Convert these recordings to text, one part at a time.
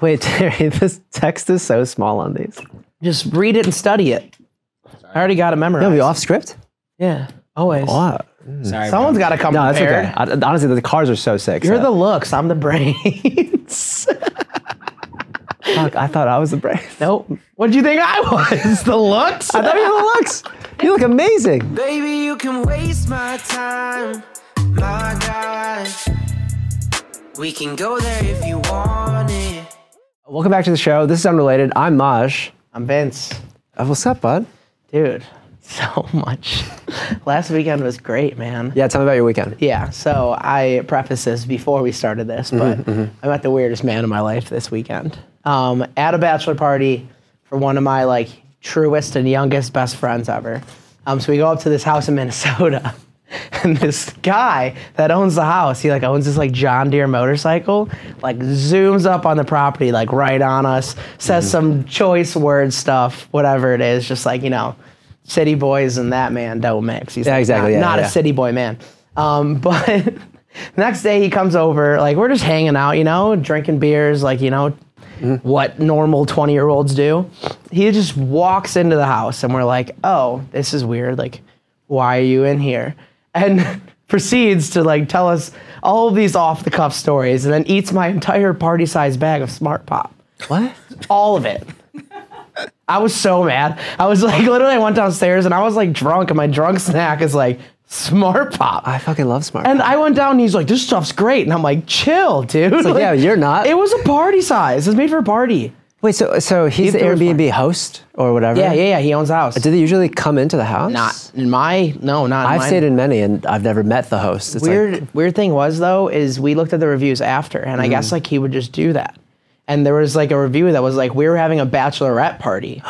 Wait, Terry, this text is so small on these. Just read it and study it. I already got it memorized. No, we off script? Yeah, always. Wow. Sorry, Someone's got to come No, that's prepared. okay. I, honestly, the cars are so sick. You're so- the looks. I'm the brains. Fuck, I thought I was the brain. nope. What do you think I was? The looks. I thought you were the looks. You look amazing. Baby, you can waste my time, my God. We can go there if you want it. Welcome back to the show. This is unrelated. I'm Maj. I'm Vince. Uh, what's up, bud? Dude, so much. Last weekend was great, man. Yeah, tell me about your weekend. Yeah, so I preface this before we started this, Mm-hmm, but I met the weirdest man in my life this weekend um, at a bachelor party for one of my like truest and youngest best friends ever. Um, so we go up to this house in Minnesota, and this guy that owns the house, he like owns this like John Deere motorcycle, like zooms up on the property, like right on us, says Mm-hmm. some choice word stuff, whatever it is, just like you know, city boys and that man don't mix. He's Yeah, like, exactly, Not, yeah, not a yeah. city boy man. Um, but next day he comes over, like we're just hanging out, you know, drinking beers, like you know, what normal twenty year olds do. He just walks into the house, and we're like, "Oh, this is weird. Like, why are you in here?" And proceeds to like tell us all of these off the cuff stories, and then eats my entire party sized bag of Smart Pop What? all of it. I was so mad. I was like, literally, I went downstairs and I was like drunk, and my drunk snack is like Smart Pop. I fucking love smart. And I went down and he's like, this stuff's great. And I'm like, chill, dude. like, yeah, you're not. It was a party size. It's made for a party. Wait, so so he's the threw a Airbnb host or whatever? Yeah, yeah, yeah. He owns the house. Do they usually come into the house? not in my, no, not in I've mine. stayed in many, and I've never met the host. It's weird Like, weird thing was though is we looked at the reviews after and i Mm-hmm. guess like he would just do that and there was like a review that was like we were having a bachelorette party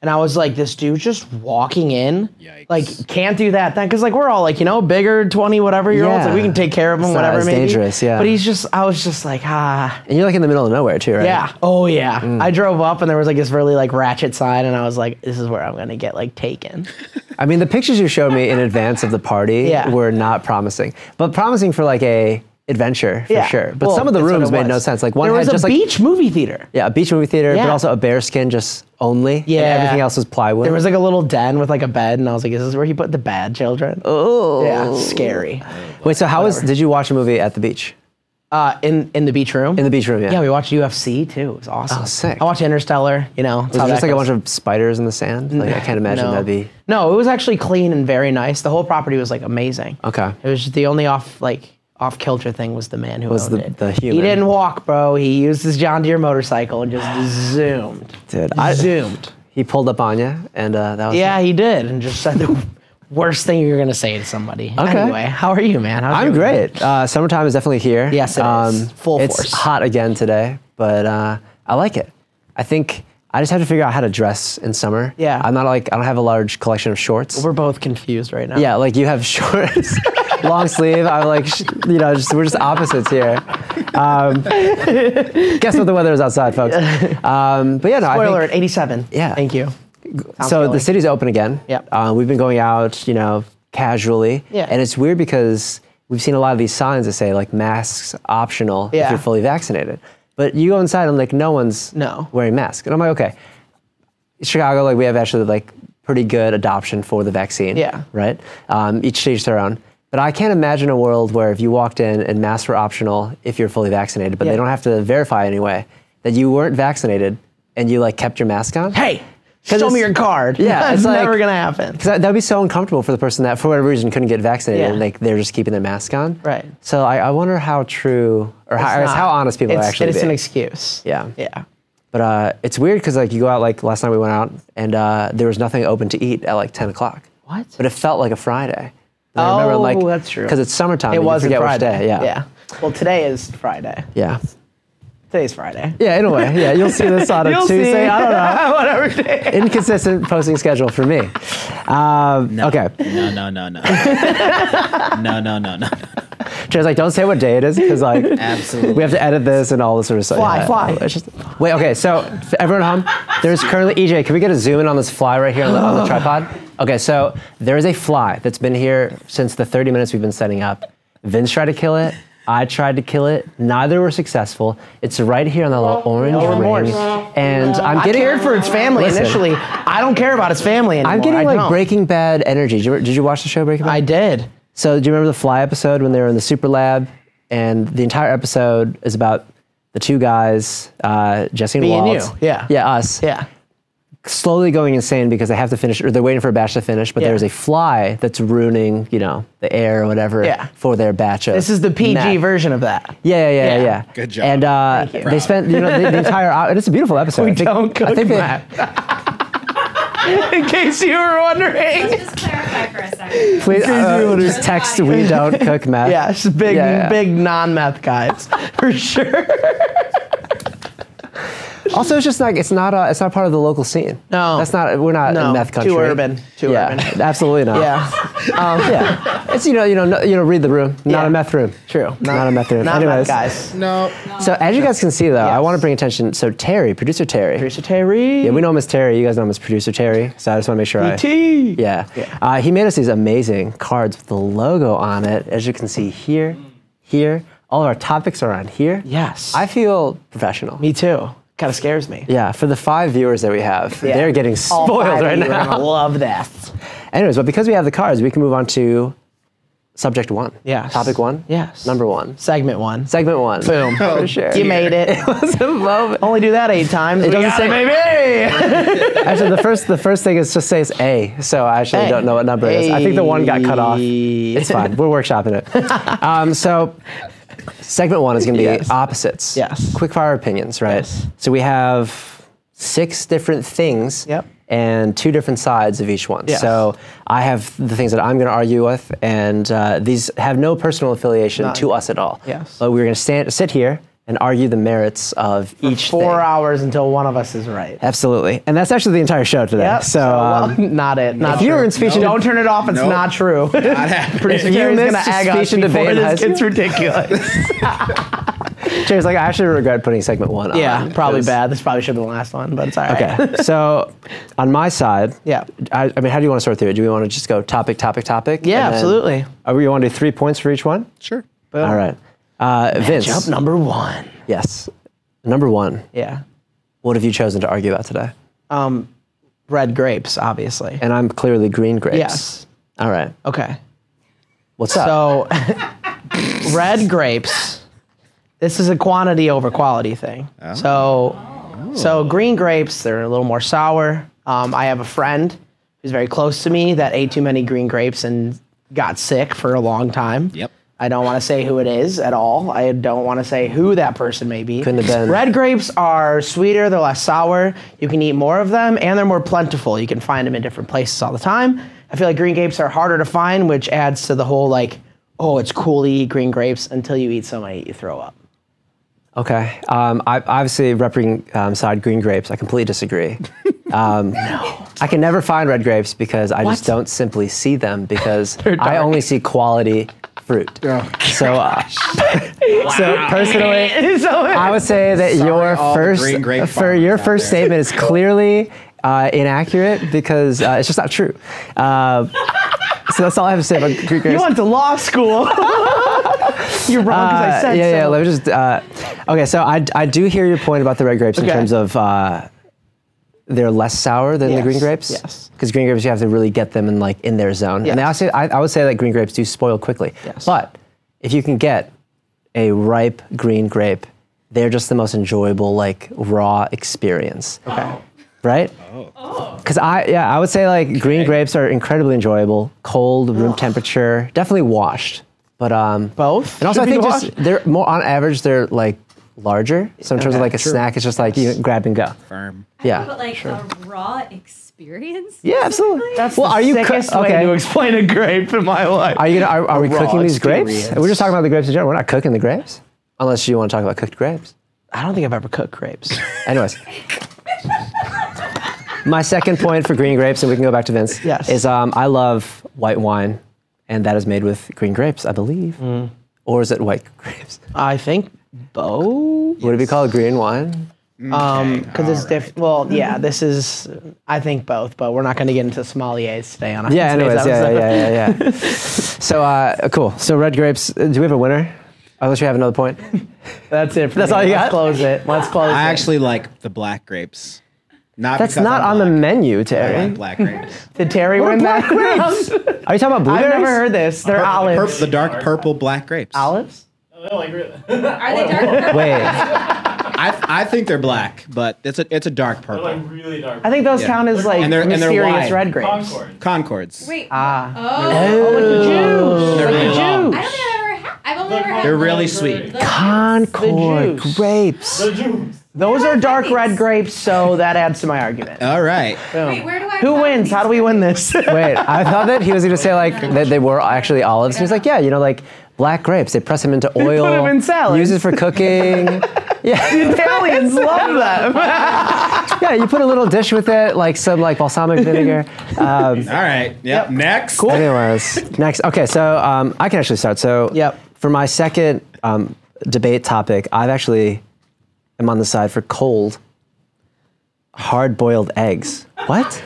and i was like this dude just walking in Yikes. like can't do that then because like we're all like you know bigger 20 whatever year olds like we Yeah. can take care of him It's not whatever as maybe. dangerous, yeah. but he's just i was just like ah and you're like in the middle of nowhere too, right? yeah oh yeah Mm. i drove up and there was like this really like ratchet sign and i was like this is where i'm gonna get like taken I mean, the pictures you showed me in advance of the party Yeah. were not promising, but promising for like a adventure for yeah sure. But Well, some of the that's what rooms it made no was. sense. Like one there had was just a like beach movie theater yeah, a beach movie theater, but Yeah. also a bearskin just only. and Yeah. everything else was plywood. There was like a little den with like a bed, and I was like, "Is this where he put the bad children?" oh yeah, scary. Wait, so how was? Did you watch a movie at the beach? Uh, in in the beach room. In the beach room, yeah. yeah, we watched UFC too. It was awesome. Oh, sick. I watched Interstellar. You know, was it just like a bunch of spiders in the sand? Like I can't imagine no. that'd be. No, it was actually clean and very nice. The whole property was like amazing. Okay. It was just the only off like off kilter thing was the man who Was owned the- it. the He human. didn't walk, bro. He used his John Deere motorcycle and just zoomed. Dude, I- zoomed. He pulled up on you, and uh, that was. Yeah, he did, and just said the worst thing you're gonna say to somebody. Okay. Anyway, how are you, man? How's I'm your week? great. Uh, summertime is definitely here. Um, Yes, it is. Full it's force. hot again today, but uh, I like it. I think I just have to figure out how to dress in summer. Yeah. I'm not like I don't have a large collection of shorts. We're both confused right now. yeah, like you have shorts, long sleeve. I'm like, sh- you know, just, we're just opposites here. Um, guess what the weather is outside, folks. Um, but yeah, no, Spoiler I alert, 87. Yeah. Thank you. think, so the Outgoing. city's open again. Yep. Uh, we've been going out, you know, casually. Yeah. And it's weird because we've seen a lot of these signs that say like masks optional if Yeah. you're fully vaccinated. But you go inside and like no one's No. wearing masks. And I'm like, okay. Chicago, like we have actually like pretty good adoption for the vaccine. Yeah. Right? Um, each stage their own. But I can't imagine a world where if you walked in and masks were optional if you're fully vaccinated, but Yeah. they don't have to verify anyway that you weren't vaccinated and you like kept your mask on. Hey, 'Cause show me it's- your card. Yeah, it's it's like- never going to happen. Because that would be so uncomfortable for the person that, for whatever reason, couldn't get vaccinated Yeah. and like they're just keeping their mask on. Right. So I, I wonder how true or how, I guess Nah, how honest people it's, are actually. It's being. an excuse. Yeah. Yeah. but uh, it's weird because like you go out like last night we went out and uh, there was nothing open to eat at like ten o'clock. What? But it felt like a Friday. And I remember, Oh, like, that's true. Because it's summertime. It and you wasn't forget Friday. Which day. Yeah. Yeah. Well, today is Friday. Yeah. Today's Friday. Yeah. In a way. Yeah. You'll see this on a You'll see. Tuesday. I don't know. Whatever day. Inconsistent posting schedule for me. Um, Okay. No, no, no, no. no, no, no, no. Jerry's like, don't say what day it is because like Absolutely. we have to edit this and all this sort of stuff. Fly, Yeah. fly. It's just- wait, okay. So for everyone home, there's currently EJ. Can we get a zoom in on this fly right here on the, on the tripod? Okay, so there is a fly that's been here since the 30 minutes we've been setting up. Vince tried to kill it. I tried to kill it. Neither were successful. It's right here on the little orange No remorse. ring, and I'm I getting cared for its family Listen. initially. I don't care about its family anymore. I'm getting I like don't. Breaking Bad energy. Did you, did you watch the show Breaking Bad? I did. So do you remember the Fly episode when they were in the super lab, and the entire episode is about the two guys, uh, Jesse and Me and Walt. you, yeah. yeah, us, Yeah. slowly going insane because they have to finish, or they're waiting for a batch to finish, but Yeah. there's a fly that's ruining, you know, the air or whatever Yeah. for their batch of. This is the PG meth. version of that. Yeah, yeah, yeah, Yeah. yeah. Good job. And uh, Thank you. they spent you know the, the entire hour. And it's a beautiful episode. We I think, don't cook I think they- meth. In case you were wondering. Let's just clarify for a second. please, uh, you just were- text we don't cook meth. Yeah, it's big, Yeah, yeah. big non-meth guys for sure. Also, it's just like it's not uh, it's not part of the local scene. No. that's not we're not No, in meth too country. urban, too yeah, urban. Absolutely not. Yeah, um, yeah. It's you know you know no, you know read the room. Not Yeah. a meth room. true. Not, a meth room. Not Anyways, meth guys. No. So as you guys can see though, I Yes. want to bring attention. So Terry, producer Terry. Producer Terry. Yeah, we know him as Terry. You guys know him as producer Terry. So I just want to make sure I. T. Yeah. Uh, he made us these amazing cards with the logo on it, as you can see here, here. All of our topics are on here. Yes. I feel professional. Me too. Kind of scares me. Yeah, for the five viewers that we have, Yeah. they're getting All spoiled five of right you are gonna now. Love this. Anyways, but because we have the cards, we can move on to subject one. Yes. Topic one. Yes. Number one. Segment one. Segment one. Boom. For sure. You made it. Only do that eight times. It doesn't say- maybe. actually, the first the first thing is just says A, so I actually A. don't know what number it is. I think the one got cut off. It's fine. We're workshopping it. Um, so, segment one is going to be Yes. opposites. Yes. Quick fire opinions, right? Yes. So we have six different things. Yep. And two different sides of each one. Yes. So I have the things that I'm going to argue with, and uh, these have no personal affiliation None. to us at all. Yes. But we're going to stand, sit here and argue the merits of each Four thing. hours until one of us is right. Absolutely, and that's actually the entire show today. Yep. Oh, So, well, um, not it. Not if you true. were in speech and- don't turn it off. It's Nope. not true. Producer If you Terry's gonna missed ag us speech and before debate in high this school- gets ridiculous. Terry's uh, like, I actually regret putting segment one. yeah, on probably 'cause- bad. This probably should have been the last one, but it's all right. Okay, so on my side, Yeah. I, I mean, how do you want to sort through it? Do we want to just go topic, topic, topic? Yeah, and then- absolutely. Are we want to do three points for each one? Sure. All right, uh, Vince. Jump number one. Yes, number one. Yeah. What have you chosen to argue about today? Um, red grapes, obviously. And I'm clearly green grapes. yes. All right. Okay. What's up? So, red grapes. This is a quantity over quality thing. So, so green grapes they're a little more sour. Um, I have a friend who's very close to me that ate too many green grapes and got sick for a long time. Yep. I don't want to say who it is at all. I don't want to say who that person may be. Couldn't have been. Red grapes are sweeter, they're less sour. You can eat more of them, and they're more plentiful. You can find them in different places all the time. I feel like green grapes are harder to find, which adds to the whole like, oh, it's cool to eat green grapes until you eat so many you throw up. okay. Um, I obviously repping um, side green grapes. I completely disagree. Um, I can never find red grapes because I just What? don't simply see them because dark. I only see quality fruit. So, uh, so personally, I would say that Sorry, your all the first green grape for your farmers out first there. statement is clearly uh, inaccurate because uh, it's just not true. Uh, so that's all I have to say about green grapes. You went to law school. You're wrong because I Uh, said yeah, so. yeah. Let me just. Uh, okay, so I, I do hear your point about the red grapes in Okay. terms of uh, they're less sour than the green Yes, grapes. yes. Because green grapes, you have to really get them in like in their zone. And I, Yes. also, I, I would say that green grapes do spoil quickly. Yes. But if you can get a ripe green grape, they're just the most enjoyable like raw experience. Okay. Right? Oh. Because I yeah I would say like green grapes are incredibly enjoyable, cold, room temperature, definitely washed. But um, Both and also I should be think just washed. they're more on average they're like larger. So in terms of Okay, like a sure. snack, it's just like you grab and go. Firm. Yeah, But like a raw experience? Yeah, absolutely. That's well, are you coo- Sickest way okay? to explain a grape in my life. are you gonna, are, are we raw cooking these grapes? experience. We're just talking about the grapes in general. We're not cooking the grapes, unless you want to talk about cooked grapes. I don't think I've ever cooked grapes. Anyways. My second point for green grapes, and we can go back to Vince, Yes. is um, I love white wine, and that is made with green grapes, I believe. Mm. Or is it white grapes? I think both. Would it be called green wine? Um, because it's diff. Well, yeah, this is. I think both, but we're not going to get into sommeliers today on Yeah, today's anyways, yeah, episode. yeah, yeah, yeah. so, uh, cool. So, red grapes, uh, do we have a winner? Unless you have another point. That's it. For That's me. all you Let's got? Close it. Let's close I it. actually like the black grapes. Not That's because not I'm on the black. menu, I Terry. like black grapes. Did Terry What are win that? black grapes? Are you talking about I've blueberries? never heard this. They're Purple- olives. purp- the dark purple black grapes. Olives? Are they dark? Wait, I, I think they're black, but it's a it's a dark They're purple. like really dark. I think those Yeah. count as like And they're- and they're mysterious wide. red grapes. Concord. Concords. Wait. Ah. Oh. Oh, like the juice. They're Like really long. the I don't juice. think I've ever had. I've only ever had. They're really the- sweet. the- Concord The juice. grapes. The Jews. Those are dark red Nice. grapes, so that adds to my argument. All right. Wait, where do I? Who find wins? these? How do we win this? Wait, I thought that he was going to say like that they were actually olives. He was like, yeah, you know, like black grapes. They press them into oil. them in salads. Use it for cooking. yeah, Italians love them. yeah. You put a little dish with it, like some like balsamic vinegar. Um, All right. Yep. Next. Cool. Anyways, next. Okay, so um, I can actually start. So Yep. for my second um, debate topic, I've actually am on the side for cold, hard-boiled eggs. What?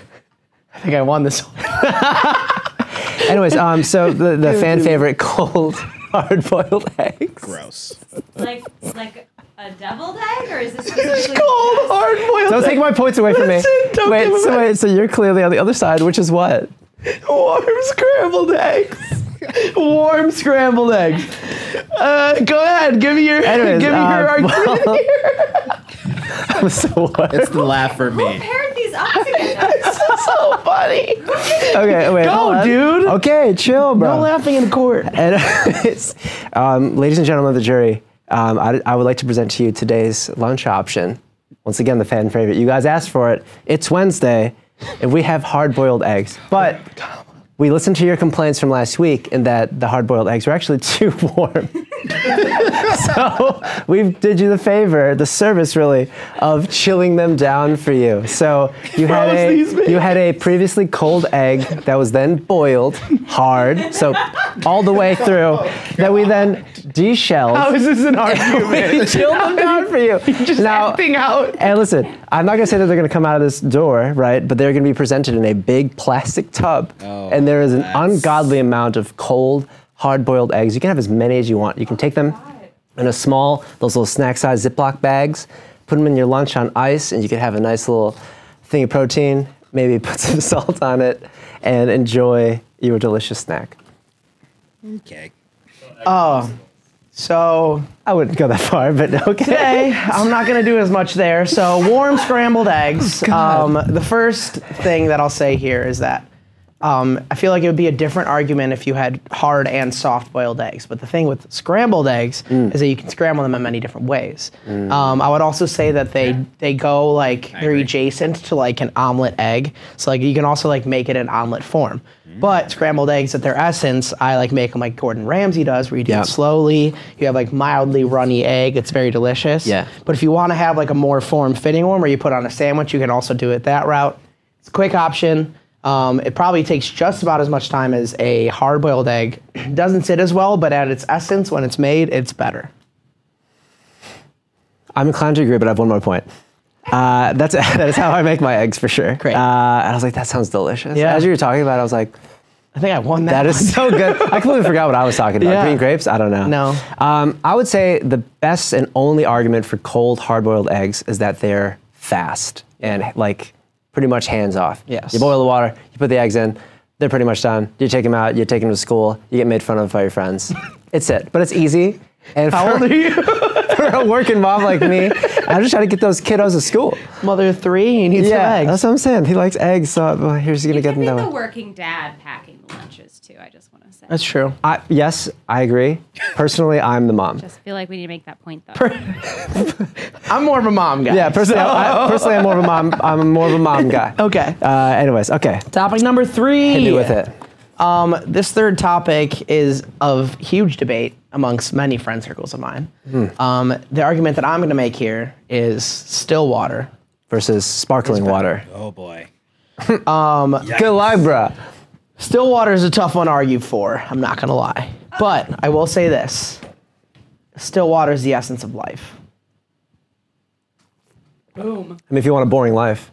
I think I won this one. Anyways, um, so the, the fan favorite cold hard-boiled eggs. Gross. Like, like a deviled egg, or is this specifically? Cold, hard boiled. Don't take my points away from me. That's it, don't wait, give them so back. wait, so you're clearly on the other side, which is what? warm scrambled eggs. warm scrambled eggs. Uh, go ahead. Give me your. Anyways, give me your um, argument. here. So what? It's the laugh for me. Paired these up together. That's so funny. Okay, wait. Go, hold on. dude. Okay, chill, bro. No laughing in court. And it's, um, ladies and gentlemen of the jury, um, I, I would like to present to you today's lunch option. Once again, the fan favorite. You guys asked for it. It's Wednesday, and we have hard-boiled eggs. But we listened to your complaints from last week, and that the hard-boiled eggs were actually too warm. so we did you the favor, the service really, of chilling them down for you. So you had Froze a these babies. you had a previously cold egg that was then boiled hard, so all the way through. that we then deshelled. How is this an we argument? chilled them down for you. Just acting out. And listen, I'm not gonna say that they're gonna come out of this door, right? But they're gonna be presented in a big plastic tub, Oh, and there is an that's- ungodly amount of cold, hard-boiled eggs. You can have as many as you want. You can take them in a small, those little snack-sized Ziploc bags, put them in your lunch on ice, and you could have a nice little thing of protein. Maybe put some salt on it, and enjoy your delicious snack. Okay. Oh, so I wouldn't go that far, but okay. today I'm not gonna do as much there. So warm scrambled eggs. um, the first thing that I'll say here is that um, I feel like it would be a different argument if you had hard and soft boiled eggs. But the thing with scrambled eggs is that you can scramble them in many different ways. Um, I would also say that they they go like they're agree. adjacent to like an omelet egg. So like you can also like make it in omelet form. But scrambled eggs at their essence, I like make them like Gordon Ramsay does, where you do Yeah. it slowly. You have like mildly runny egg. It's very delicious. Yeah. But if you want to have like a more form fitting one where you put on a sandwich, you can also do it that route. It's a quick option. Um, it probably takes just about as much time as a hard boiled egg. Doesn't sit as well, but at its essence, when it's made, it's better. I'm inclined to agree, but I have one more point. Uh, that's that is how I make my eggs for sure. Great. Uh, and I was like, that sounds delicious. Yeah. As you were talking about, it, I was like, I think I won that. that is so good. I completely forgot what I was talking about. Yeah. Green grapes? I don't know. No. Um, I would say the best and only argument for cold hard-boiled eggs is that they're fast and like pretty much hands off. Yes. You boil the water, you put the eggs in, they're pretty much done. You take them out, you take them to school, you get made fun of by your friends. it's it. But it's easy. And How for, old are you? for a working mom like me, I'm just trying to get those kiddos to school. Mother of three, he needs Yeah, some eggs. that's what I'm saying. He likes eggs, so well, here's gonna You get can them be that the way. working dad packing the lunches too. I just want to say. That's true. I, yes, I agree. Personally, I'm the mom. just feel like we need to make that point though. I'm more of a mom guy. Yeah, personally, I, I- personally, I'm more of a mom. I'm more of a mom guy. Okay. Uh, anyways, okay. Topic number three. Hit me with it. Um, this third topic is of huge debate amongst many friend circles of mine. Um, the argument that I'm going to make here is still water. Versus sparkling water. Oh boy. Good lie, bruh. Still water is a tough one to argue for. I'm not going to lie, but I will say this: still water is the essence of life. I mean, if you want a boring life,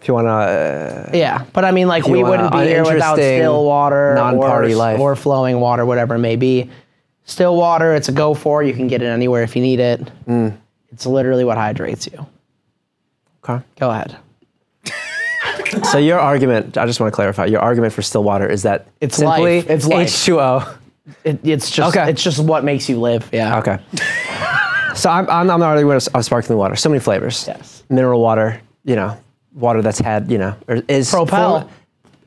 if you want to, Yeah, but I mean, like we want wouldn't a be here without uninteresting, still water, non-party or, life. or flowing water, whatever it may be. Stillwater, it's a go for. You can get it anywhere if you need it. Mm. It's literally what hydrates you. Okay. Go ahead. So your argument, I just want to clarify, your argument for Stillwater is that It's simply life. It's life. H2O. It, it's just Okay. it's just what makes you live. Yeah. Okay. so I'm, I'm, I'm the arguing of, of sparkling water. So many flavors. Yes. Mineral water, you know, water that's had, you know, or is Propel.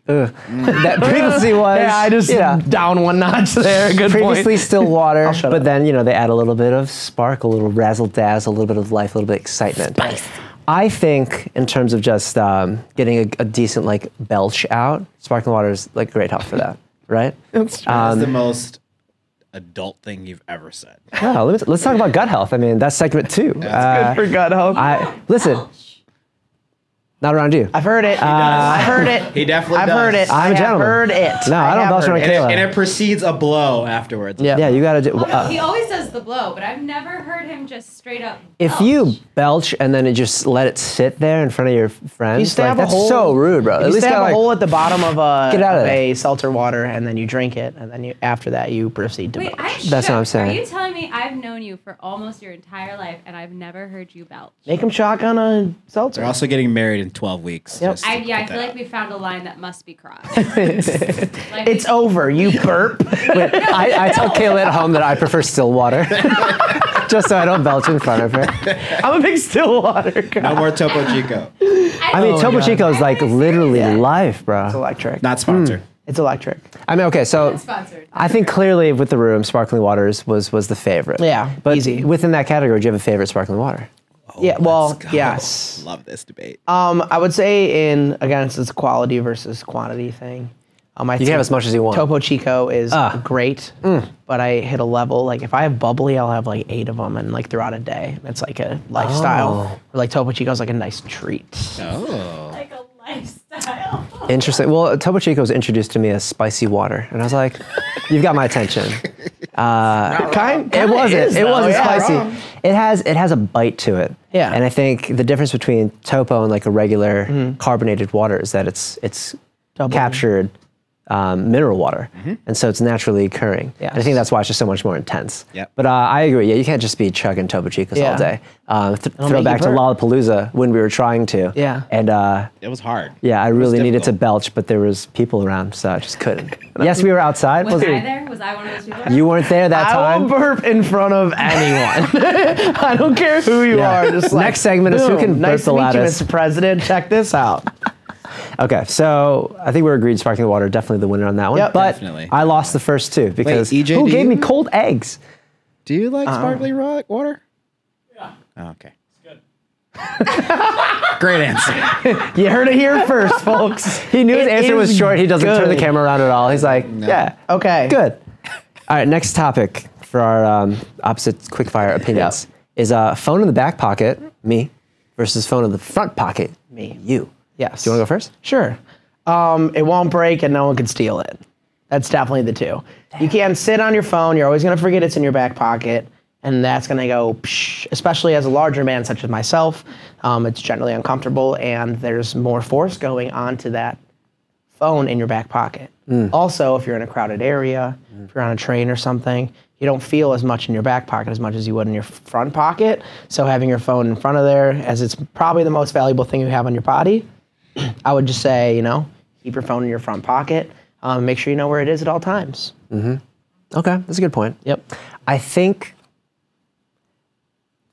that previously was. Yeah, I just you know, down one notch there. Good previously point. still water, shut but up. then you know they add a little bit of spark, a little razzle dazzle, a little bit of life, a little bit of excitement. I think in terms of just um, getting a, a decent like belch out, sparkling water is like great help for that, right? That's the most adult thing you've ever said. Wow, let me, let's talk about gut health. I mean, that's segment two. Uh, For God help. I, I listen, not around you. have heard it. I've heard it. He definitely I've does. heard it. I'm a I have gentleman. heard it. No, I don't have bounce heard around it. And it, Kayla. and it precedes a blow afterwards. Yeah. yeah, you gotta do. Oh, no, uh, he always does the blow, but I've never heard him just straight up. if you belch and then it just let it sit there in front of your friends, You stab like, a that's hole. so rude, bro. You stab gotta, a like, hole at the bottom of a, Get out of of there. a seltzer water, and then you drink it, and then you after that you proceed to. Wait, belch. I'm what I'm shook. saying. Are you telling me I've known you for almost your entire life and I've never heard you belch? Make him shotgun a seltzer. They're also getting married in 12 weeks. Yep. just to I, yeah, I put feel that like out. we found a line that must be crossed. Like, It's we- over. You burp. I, I tell Kayla at home that I prefer still water, just so I don't belch in front of her. I'm a big still water guy. No more Topo Chico. I mean, Oh my Topo God. Chico is like literally Yeah. life, bro. Electric. Not sponsored. It's electric. I mean, okay, so sponsored. I think clearly with the room, sparkling waters was was the favorite. Yeah, but easy. within that category, do you have a favorite sparkling water? yeah. Well, Oh, Let's go. yes. Love this debate. Um, I would say in again, it's this quality versus quantity thing. Um, I you Mm. can have as much as you want. Topo Chico is Ah. great, but I hit a level like if I have bubbly, I'll have like eight of them and like throughout a day. It's like a lifestyle. Oh. Or, like Topo Chico's like a nice treat. oh. Like a lifestyle. Interesting. Well, Topo Chico was introduced to me as spicy water, and I was like, "You've got my attention." Uh, Kind, It wasn't. it wasn't spicy. wrong. It has it has a bite to it. Yeah. And I think the difference between topo and like a regular carbonated water is that it's it's Mm-hmm. Double. captured um, mineral water, and so it's naturally occurring. And I think Yes. that's why it's just so much more intense. Yep. But uh, I agree. Yeah, you can't just be chugging topo chicos all Yeah. day. Uh, th- make throw you back to burp. Lollapalooza when we were trying to. Yeah. And uh, It was hard. yeah, I It was really needed to difficult. belch, but there was people around, so I just couldn't. yes, we were outside. Was I wasn't- there? Was I one of those people? You weren't there that I will time. burp in front of anyone. I don't care who you Yeah. are. Just like, Next segment is who boom, can burp nice the to meet loudest. you, Mr. President. Check this out. Okay, so I think we're agreed sparkling water definitely the winner on that one. Yep. E but Definitely. I lost the first two because EJ, who do gave me you? cold eggs? Do you Uh-uh. like sparkling ro- water? Yeah. okay. It's good. Great answer. You heard it here first, folks. He knew his It answer was is short. He doesn't turn the good. camera around at all. He's like, yeah, Okay. good. All right, next topic for our um, opposite quickfire opinions is uh, phone in the back pocket, me, versus phone in the front pocket, Me. you. Yes. Do you want to go first? Sure. Um, it won't break and no one can steal it. That's definitely the two. You can't sit on your phone. You're always going to forget it's in your back pocket. And that's going to go, psh, especially as a larger man such as myself. Um, it's generally uncomfortable and there's more force going onto that phone in your back pocket. Also, if you're in a crowded area, if you're on a train or something, you don't feel as much in your back pocket as much as you would in your front pocket. So having your phone in front of there, as it's probably the most valuable thing you have on your body, I would just say, you know, keep your phone in your front pocket. Um, make sure you know where it is at all times. Okay, that's a good point. Yep. I think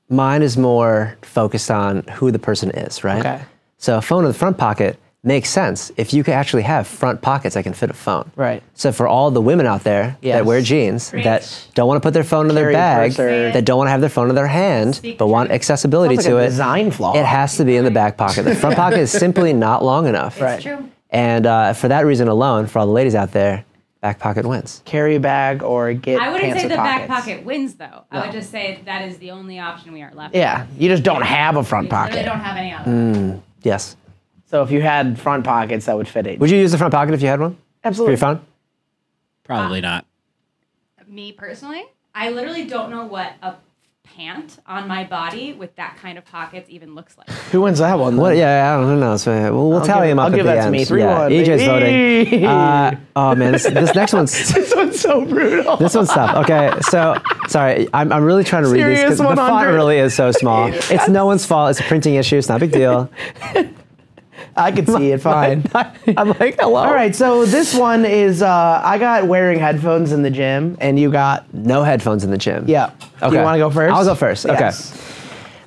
mine is more focused on who the person is, right? Okay. So a phone in the front pocket makes sense if you could actually have front pockets that can fit a phone. Right. So for all the women out there that Yes. wear jeans that Preach. don't want to put their phone in their Carry a bag, purse or- that don't want to have their phone in their hand, Speak but want truth. accessibility Sounds to like a it, design flaw. it has to be in the back pocket. The front pocket is simply not long enough. Right. True. And uh, for that reason alone, for all the ladies out there, back pocket wins. Carry a bag or get. I wouldn't pants say with the back pockets. pocket wins, though. I would just say that is the only option we are left. with. Yeah, you just don't have a front We really pocket. don't have any other. Mm. Yes. So if you had front pockets, that would fit it. Would you use the front pocket if you had one? For Absolutely. your phone? Probably not. Me personally, I literally don't know what a pant on my body with that kind of pockets even looks like. Who wins that one? What? Yeah, I don't know. So we'll, we'll tally give- him up I'll at give the that to end. me. 3-1, yeah, EJ's baby. voting. Uh, oh man, this, this next one's This one's so brutal. this one's tough. Okay, so sorry, I'm, I'm really trying to read these Serious the font 100. really is so small. It's no one's fault. It's a printing issue. It's not a big deal. I could see it fine. I'm like, hello. All right, so this one is uh, I got wearing headphones in the gym, and you got No headphones in the gym. yeah. Do Okay. you want to go first? I'll go first. Okay. Yes.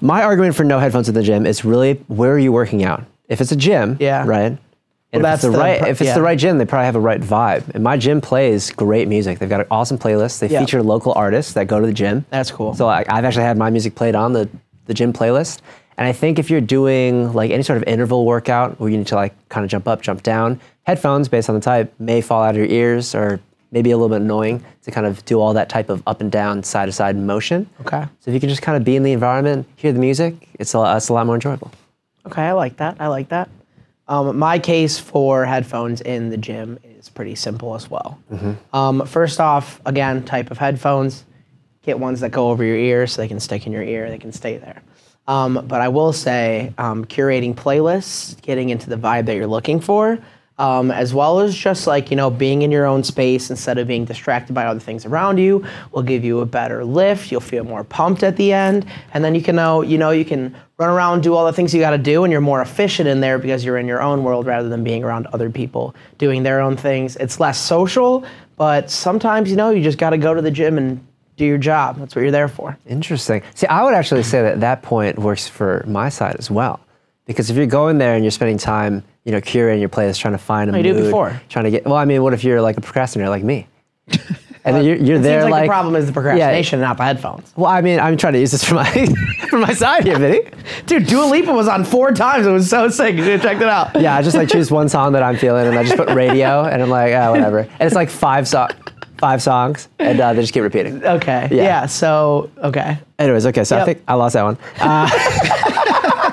My argument for no headphones in the gym is really where are you working out? If it's a gym, Yeah. right. And Well, if it's that's the, the right, pro- if it's yeah. the right gym, they probably have a right vibe. And my gym plays great music. They've got an awesome playlist. They Yeah. feature local artists that go to the gym. That's cool. So I, I've actually had my music played on the, the gym playlist. And I think if you're doing like any sort of interval workout where you need to like kind of jump up, jump down, headphones based on the type may fall out of your ears or maybe a little bit annoying to kind of do all that type of up and down, side to side motion. Okay. So if you can just kind of be in the environment, hear the music, it's a, lot- it's a lot more enjoyable. Okay, I like that. I like that. Um, my case for headphones in the gym is pretty simple as well. Um, first off, again, type of headphones. Get ones that go over your ear so they can stick in your ear, they can stay there. Um, but I will say, um, curating playlists, getting into the vibe that you're looking for, um, as well as just like, you know, being in your own space instead of being distracted by other things around you will give you a better lift. You'll feel more pumped at the end. And then you can know, you know, you can run around, do all the things you got to do, and you're more efficient in there because you're in your own world rather than being around other people doing their own things. It's less social, but sometimes, you know, you just got to go to the gym and do your job. That's what you're there for. Interesting. See, I would actually say that that point works for my side as well, because if you're going there and you're spending time, you know, curating your playlist, trying to find a you mood, do it before. trying to get. Well, I mean, what if you're like a procrastinator like me, and then you're, you're there Seems like, like the problem is the procrastination, not the headphones. Yeah, well, I mean, I'm trying to use this for my for my side here, Vinny. Dude, Dua Lipa was on four times. It was so sick. You should have checked it out. Yeah, I just like choose one song that I'm feeling, and I just put radio, and I'm like, ah, whatever. And it's like five song, five songs, and uh, they just keep repeating. Okay. Yeah. Yeah. So okay. Anyways, okay, so I Yep. think I lost that one. Uh,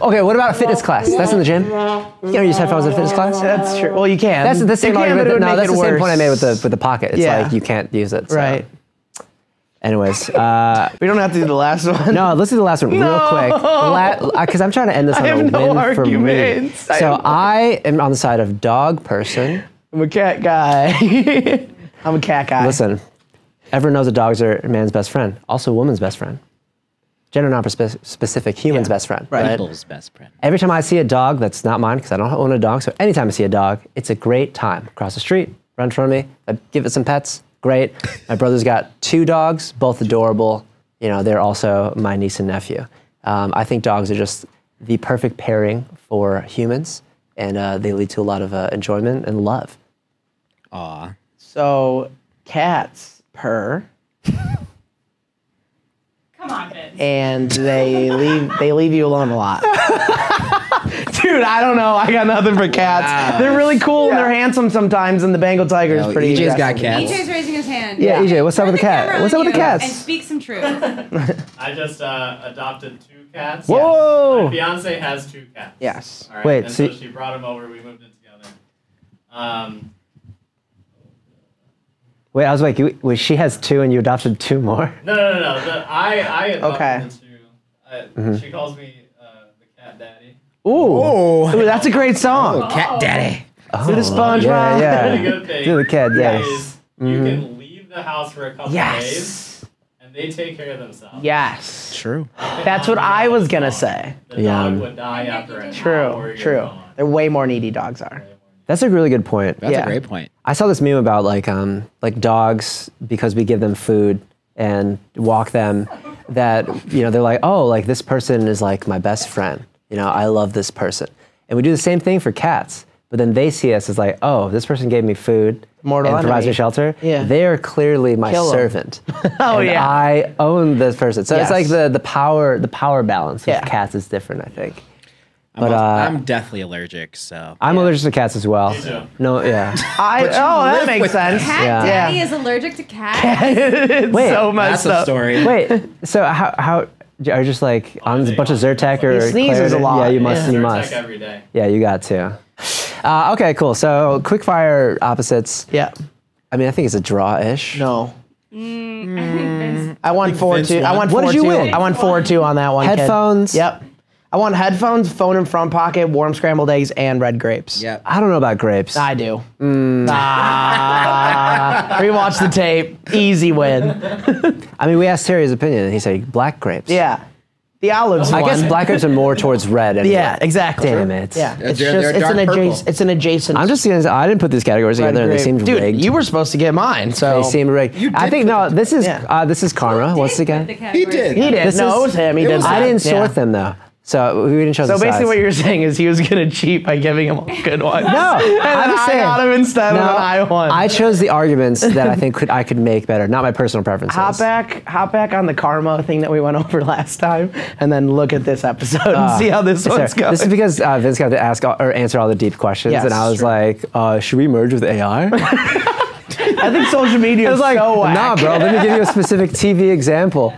okay, what about a fitness class? That's in the gym. You don't use headphones in a fitness class. That's true. Well, you can. That's the same you can, argument. but it that- would no, make that's it the same worse. point I made with the with the pocket. It's Yeah. like you can't use it. so. Right. Anyways, uh, We don't have to do the last one. no, let's do the last one real No. quick, because I'm trying to end this on a have win no for me. arguments. I So have no- I am on the side of dog person. I'm a cat guy. I'm a cat guy. Listen, everyone knows that dogs are man's best friend, also woman's best friend, gender non-specific, human's Yeah. best friend. Right. People's best friend. Every time I see a dog that's not mine, because I don't own a dog, so anytime I see a dog, it's a great time. Cross the street, run in front of me, I give it some pets, great. My brother's got two dogs, both adorable. You know, they're also my niece and nephew. Um, I think dogs are just the perfect pairing for humans, and uh, they lead to a lot of uh, enjoyment and love. Aw. So cats purr Come on, Vince. and they leave they leave you alone a lot. Dude, I don't know. I got nothing for cats. They're really cool and they're handsome sometimes, and the Bengal tiger is No, E pretty. EJ's got aggressive. cats. EJ's E raising his hand. Yeah, EJ, what's up Turn with the cat? camera What's on up with the you cats? And speak some truth. I just uh, adopted two cats. Whoa! My fiance has two cats. Yes. All right. Wait, and so so, y- she brought them over. We moved in together. Um, Wait, I was like, you, wait, she has two, and you adopted two more. no, no, no, no. The, I, I adopted Okay. Mm-hmm. the two. I, She calls me uh, the cat daddy. Ooh. Ooh, that's a great song. Cat daddy. Oh, the SpongeBob. Yeah, Uh, Really yeah. good thing. Do the cat, yes. Is You can leave the house for a couple days, Mm-hmm. Yes. and they take care of themselves. Yes. True. That's what I was gonna say. The Yeah. dog would die after an hour. True. you're True. gone. They're way more needy dogs are. That's a really good point. That's Yeah. a great point. I saw this meme about like um like dogs because we give them food and walk them that you know they're like oh like this person is like my best friend you know I love this person and we do the same thing for cats but then they see us as like oh this person gave me food Mortal and provides me enemy. shelter Yeah. they are clearly my Kill 'em. servant Oh and yeah. I own this person so it's Yes. like the the power the power balance with Yeah. cats is different I think I'm, But, al- uh, I'm definitely allergic, so. I'm allergic to cats as well too. no yeah I, oh, that live makes with sense. Cat Yeah. daddy is allergic to cats. it's Wait, so That's messed a up. story. Wait, so how how are you just like on a bunch of Zyrtec or He sneezes a Claritin? lot. Yeah, you must. Yeah. You They're must. tech every day. Yeah, you got to. Uh, okay, cool. So quick fire opposites. Yeah. I mean, I think it's a draw ish. No. I think Vince I won think four Vince two. I won. won What four did you two. win? I won four two on that one. kid. Headphones? Yep. I won headphones, phone in front pocket, warm scrambled eggs, and red grapes. Yeah. I don't know about grapes. I do. Ah, rewatch the tape. Easy win. I mean, we asked Terry his opinion, and he said black grapes. Yeah. The olives. I won. guess black grapes are more towards red. Anyway. Yeah, exactly. Damn it. Yeah. It's they're- just they're it's an dark purple. adjacent. It's an adjacent. I'm just gonna. say, I didn't put these categories red together. and They grape. seemed Dude, rigged. you were supposed to get mine. So they seemed rigged. I think no. This is Yeah. uh, this is karma once again. He did. he did. This No, is- it was him. He it did. was I that. didn't Yeah. sort them though, so we didn't show. So the basically, size. what you're saying is he was gonna cheat by giving him all good ones. No, and I'm then just I saying. got him instead No, when I won. I chose the arguments that I think could I could make better, not my personal preferences. hop back, hop back on the karma thing that we went over last time, and then look at this episode and see how this Sorry. one's going. This Ah, is because uh, Vince got to ask all, or answer all the deep questions, Yes, and I was sure. like, uh, "Should we merge with AI?" I I think social media was is like, so whack. "Nah, bro. Let me give you a specific TV example."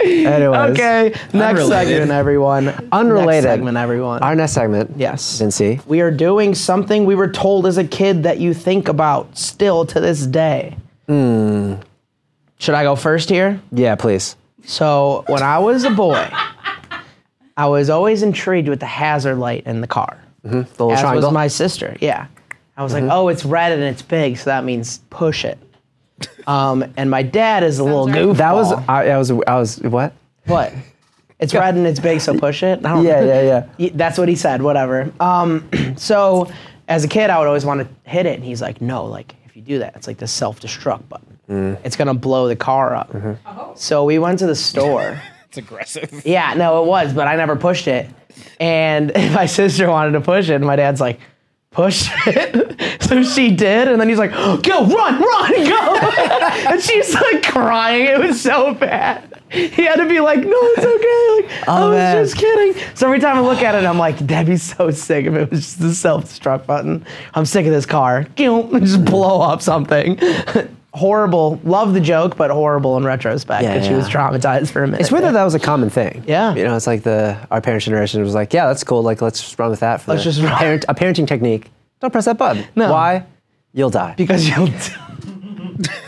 Anyways, Okay, next Unrelated. segment, everyone. Unrelated. Next segment, everyone. Our next segment, Yes. Vincey. we are doing something we were told as a kid that you think about still to this day. Hmm. Should I go first here? Yeah, please. So when I was a boy, I was always intrigued with the hazard light in the car. The little As Mm-hmm. triangle. Mm-hmm. was my sister. Yeah. I was like, oh, it's red and it's big, so that means push it. Um, and my dad is a little right. goofball. that was I, I was I was what? what? It's red and it's big, so push it. I don't Yeah, yeah, yeah. Y- That's what he said. Whatever. Um, so as a kid, I would always want to hit it, and he's like, no, like if you do that, it's like the self-destruct button. Mm. It's gonna blow the car up. Mm-hmm. So we went to the store. It's aggressive. Yeah, no, it was, but I never pushed it. And my sister wanted to push it, and my dad's like, push it. so she did, and then he's like, "Oh, go, run, run, go. and she's like crying. It was so bad. He had to be like, no, it's okay. Like, I was Oh, man. just kidding. So every time I look at it, I'm like, that'd be so sick if it was just the self-destruct button. I'm sick of this car. just blow up something. horrible. Love the joke, but horrible in retrospect. Yeah, Yeah, she yeah. was traumatized for a minute. It's weird that that was a common thing. Yeah. you know, it's like the our parents' generation was like, "Yeah, that's cool. Like, let's just run with that for Let's the just run. parent, a parenting technique. Don't press that button. No. Why? You'll die. because you'll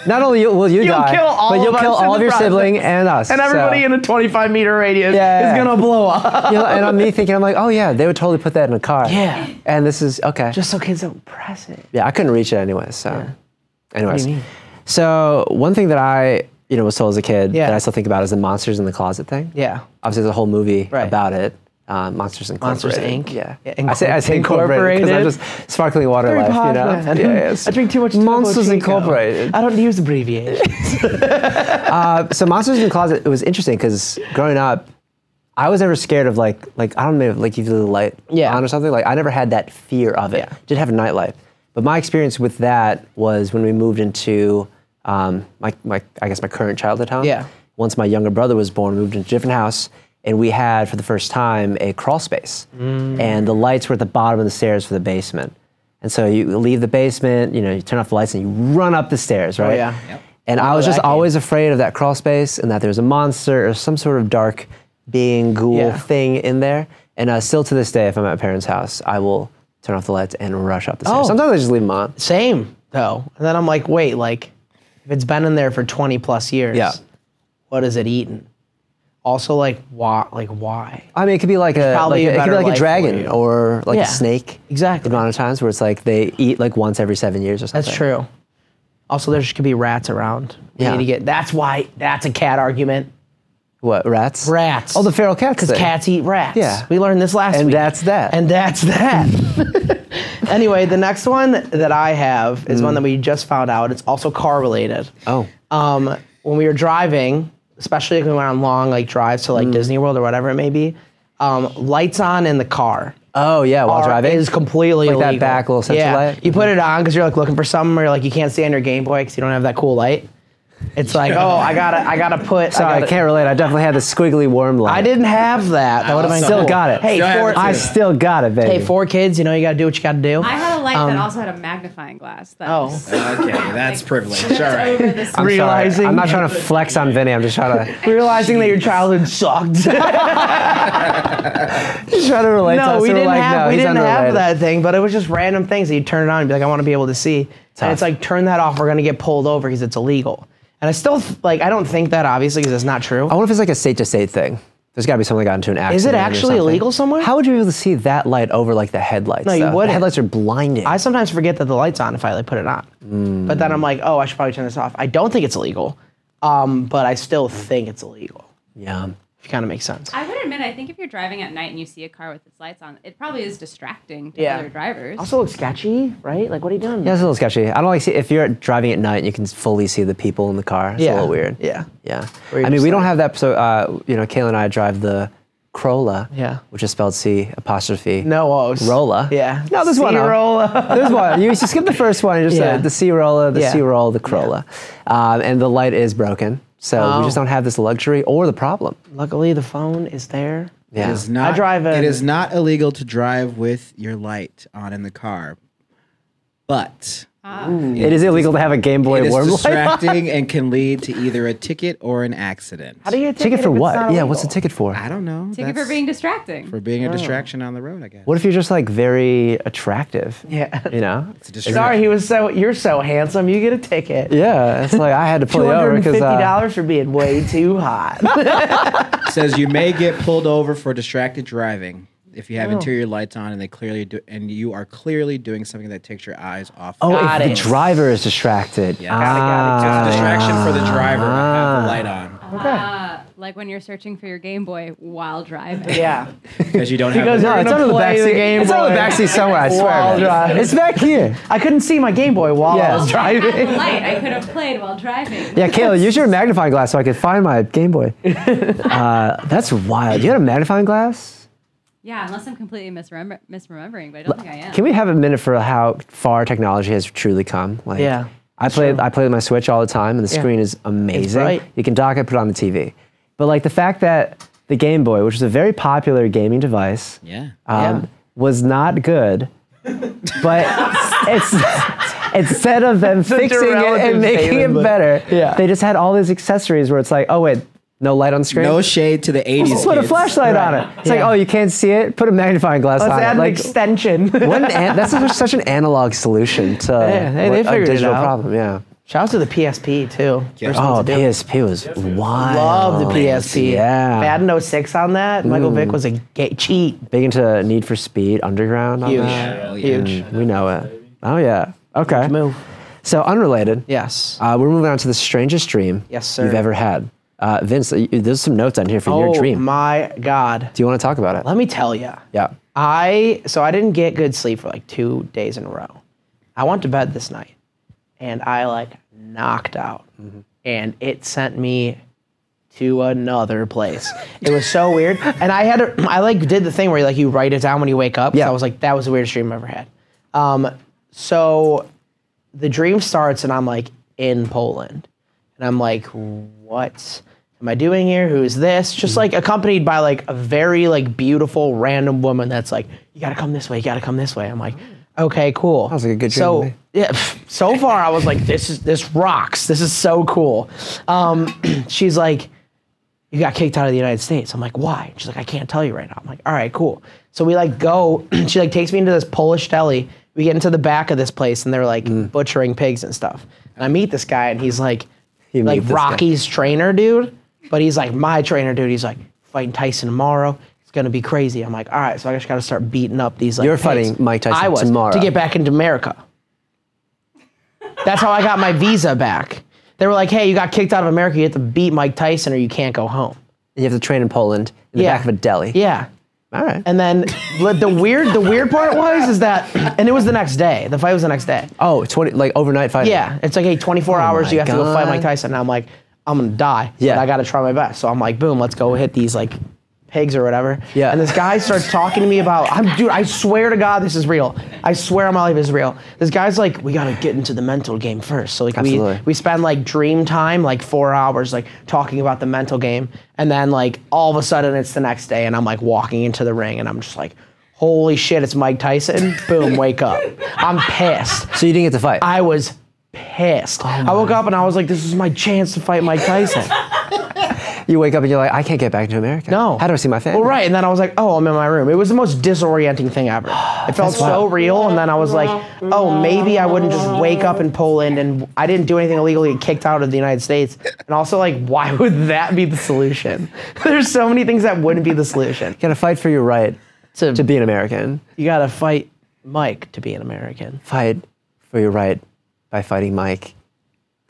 Not only you- will you You'll die, kill all but you'll of us kill in all the of your process. sibling and us. and everybody in a 25 meter radius Yeah, yeah, is yeah. gonna blow up. you know, and on me thinking, I'm like, oh yeah, they would totally put that in a car. Yeah. And this is okay. Just so kids don't press it. yeah, I couldn't reach it anyway. So, anyways, mean? so one thing that I you know was told as a kid Yeah. that I still think about is the monsters in the closet thing. Yeah. obviously there's a whole movie Right. about it. Uh, Monsters Incorporated. Monsters, Inc. Yeah. Yeah, I say I say incorporated because I'm Incorporated. just sparkling water Harry life, you Potter, know. man. Yeah, yeah, I drink too much. Topo Monsters Chico. Incorporated. I don't use abbreviations. so monsters in the closet it was interesting because growing up i was never scared of like like i don't know like either the light Yeah. on or something like i never had that fear of it Yeah. did have a nightlight but my experience with that was when we moved into um, my, my i guess my current childhood home Yeah. once my younger brother was born we moved into a different house and we had for the first time a crawl space Mm. and the lights were at the bottom of the stairs for the basement and so you leave the basement you know you turn off the lights and you run up the stairs right Oh, yeah. Yep. and I was that just game. always afraid of that crawl space and that there's a monster or some sort of dark being, ghoul Yeah. thing in there. And uh, still to this day, if I'm at my parents' house, I will turn off the lights and rush up the stairs. Oh. Sometimes I just leave them on. Same though. And then I'm like, wait, like if it's been in there for 20 plus years, Yeah. what is it eating? Also, like why? Like why? I mean, it could be like a, like Probably a- a it could be better like a life for dragon you. or like Yeah. a snake. Exactly. The amount of times where it's like they eat like once every seven years or something. That's true. Also, there could be rats around. We Yeah. need to get. That's why. That's a cat argument. What rats? Rats. Oh, the feral cats. Because Cats eat rats. Yeah. We learned this last And week. that's that. And that's that. anyway, the next one that I have is one that we just found out. It's also car related. Oh. Um, when we were driving, especially if we went on long like drives to like Mm. Disney World or whatever it may be, um, lights on in the car Oh yeah, while are- driving. is completely Like that illegal. back little central yeah. light? Mm-hmm. You put it on because you're like looking for something, or like you can't see on your Game Boy because you don't have that cool light. It's like, oh, I gotta, I gotta put. Sorry, I, gotta- can't relate. I definitely had the squiggly worm light. I didn't have that. That would have been Still cool. got it. Hey, Still have four, it I too. still got it, baby. Hey, four kids, you know, you got to do what you got to do. I had a light Um, that also had a magnifying glass. That Oh. was Okay, that's privilege. All right. over the I'm sorry. realizing- I'm not trying to flex on Vinny. I'm just trying to Realizing that your childhood sucked. trying to relate. to no, us, we and we're didn't like, have no, we he's didn't have unrelated. that thing, but it was just random things that you turn it on and be like, I want to be able to see. And it's like turn that off. We're gonna get pulled over because it's illegal. And I still th- like I don't think that obviously because it's not true. I wonder if it's like a state to state thing. There's got to be someone that got into an accident. Is it or actually something. illegal somewhere? How would you be able to see that light over like the headlights? No, you though? The wouldn't. headlights are blinding. I sometimes forget that the light's on if I like put it on. Mm. But then I'm like, oh, I should probably turn this off. I don't think it's illegal, um, but I still think it's illegal. yeah. If it kind of makes sense. I would admit, I think if you're driving at night and you see a car with its lights on, it probably is distracting to Yeah. other drivers. Also looks sketchy, right? Like, what are you doing? Yeah, it's a little sketchy. I don't like see if you're driving at night and you can fully see the people in the car. It's a Yeah. little weird. Yeah. Yeah. Where you're I mean, just we don't like- have that. So, uh, you know, Kayla and I drive the Corolla, Yeah. which is spelled C apostrophe. No oh, O's. Rolla. Yeah. No, there's one O. Rolla. There's one. You should skip the first one and just Yeah. uh, the C roller, the Yeah. C roll, the Corolla. Um, and the light is broken. So Oh. we just don't have this luxury or the problem. Luckily, the phone is there. Yeah. It is not. drive It in- is not illegal to drive with your light on in the car, but It is illegal to have a Game Boy it is warm light. distracting and can lead to either a ticket or an accident. How do you get a ticket, Ticket for if it's what? not Yeah, illegal? what's a ticket for? I don't know. Ticket for That's- being distracting. for being Oh. a distraction on the road. I guess. What if you're just like very attractive? Yeah. You know? It's a distraction. Sorry, he was so. You're so handsome. You get a ticket. Yeah, it's like I had to pull Two you over hundred and because fifty uh, dollars for being way too hot. says you may get pulled over for distracted driving if you have Oh. interior lights on and they clearly do, and you are clearly doing something that takes your eyes off. oh, it's Got if the it. driver is distracted. Yes. Got it, Ah, a distraction for the driver. to have the light on Uh, like when you're searching for your Game Boy while driving. yeah. because you don't have. Because the- you're no, it's gonna under the play back the seat. Game it's under the Boy. back seat somewhere. I While swear. driving. It's back here. I couldn't see my Game Boy while I Yeah. was I had the driving. light. I could have played while driving. Yeah, Kayla, use your magnifying glass so I could find my Game Boy. Uh, that's wild. You had a magnifying glass? Yeah, unless I'm completely misremember- misremembering, but I don't think I am. Can we have a minute for how far technology has truly come? Like, Yeah, I play I play with my Switch all the time, and the Yeah. screen is amazing. bright. You can dock it, put it on the TV. But like the fact that the Game Boy, which is a very popular gaming device, yeah. um, Yeah. was not good. But it's instead of them fixing it relative and making it statement, but- better, Yeah. they just had all these accessories where it's like, oh wait, no light on screen. no shade to the 80s. just put a kids. flashlight on it. It's Yeah. like, oh, you can't see it. Put a magnifying glass Let's on add it. an Like, extension. what an an- that's such- such an analog solution to hey, they what- a figured it digital out. problem. Yeah. Shout out to the PSP too. First one Oh, to do. PSP was wild. Love the PSP. Oh, Yeah. Madden 06 on that. Michael Vick was a gay cheat. Big into Need for Speed Underground. on Huge. that. Mm, Oh, yeah. Huge. We know it. Oh yeah. Okay. Move. So unrelated. Yes. Uh, we're moving on to the strangest dream Yes, sir. you've ever had. Uh, Vince, you- there's some notes on here for your oh dream. my God. Do you want to talk about it? Let me tell you. yeah. I so I didn't get good sleep for like two days in a row. I went to bed this night, and I like knocked out, and it sent me to another place. it was so weird, and I had a, I like did the thing where like you write it down when you wake up. 'cause Yeah. I was like that was the weirdest dream I've ever had. Um, so the dream starts and I'm like in Poland. And I'm like, what am I doing here? Who is this? Just Mm-hmm. like accompanied by like a very like beautiful random woman that's like, you gotta come this way, you gotta come this way. I'm like, okay, cool. That was like a good dream to So me. yeah, pff, so far I was like, this is this rocks. This is so cool. Um, she's like, you got kicked out of the United States. I'm like, why? She's like, I can't tell you right now. I'm like, all right, cool. So we like go. she like takes me into this Polish deli. We get into the back of this place, and they're like Mm. butchering pigs and stuff. And I meet this guy, and he's like, You meet like this guy. Rocky's trainer dude, but he's like my trainer dude. He's like fighting Tyson tomorrow. It's gonna be crazy. I'm like, all right, so I just gotta start beating up these like. You're pigs." fighting Mike Tyson I was, tomorrow. to get back into America. That's how I got my visa back. They were like, hey, you got kicked out of America. You have to beat Mike Tyson, or you can't go home. You have to train in Poland in the Yeah. back of a deli. Yeah. All right. And then li- the weird the weird part was is that and it was the next day. The fight was the next day. oh, 20, like overnight fighting. Yeah. It's like hey, 24 hours Oh my you have to go fight God. Mike Tyson. And I'm like, I'm gonna die. Yeah. But I gotta try my best. So I'm like, boom, let's go hit these like pigs or whatever. Yeah. And this guy starts talking to me about I'm dude, I swear to God this is real. I swear on my life this is real. This guy's like, we gotta get into the mental game first. So like Absolutely. we we spend like dream time, like four hours, like talking about the mental game. And then like all of a sudden it's the next day and I'm like walking into the ring and I'm just like, holy shit, it's Mike Tyson. Boom, wake up. I'm pissed. So you didn't get to fight. I was Oh pissed. I woke up and I was like, this is my chance to fight Mike Tyson. You wake up and you're like, I can't get back to America. No. How do I see my family? Well, right. And then I was like, oh, I'm in my room. It was the most disorienting thing ever. It felt so real. And then I was like, oh, maybe I wouldn't just wake up in Poland and I didn't do anything illegal, get kicked out of the United States. And also, like, why would that be the solution? There's so many things that wouldn't be the solution. You gotta fight for your right To, to be an American. you got to fight Mike to be an American. Fight for your right by fighting Mike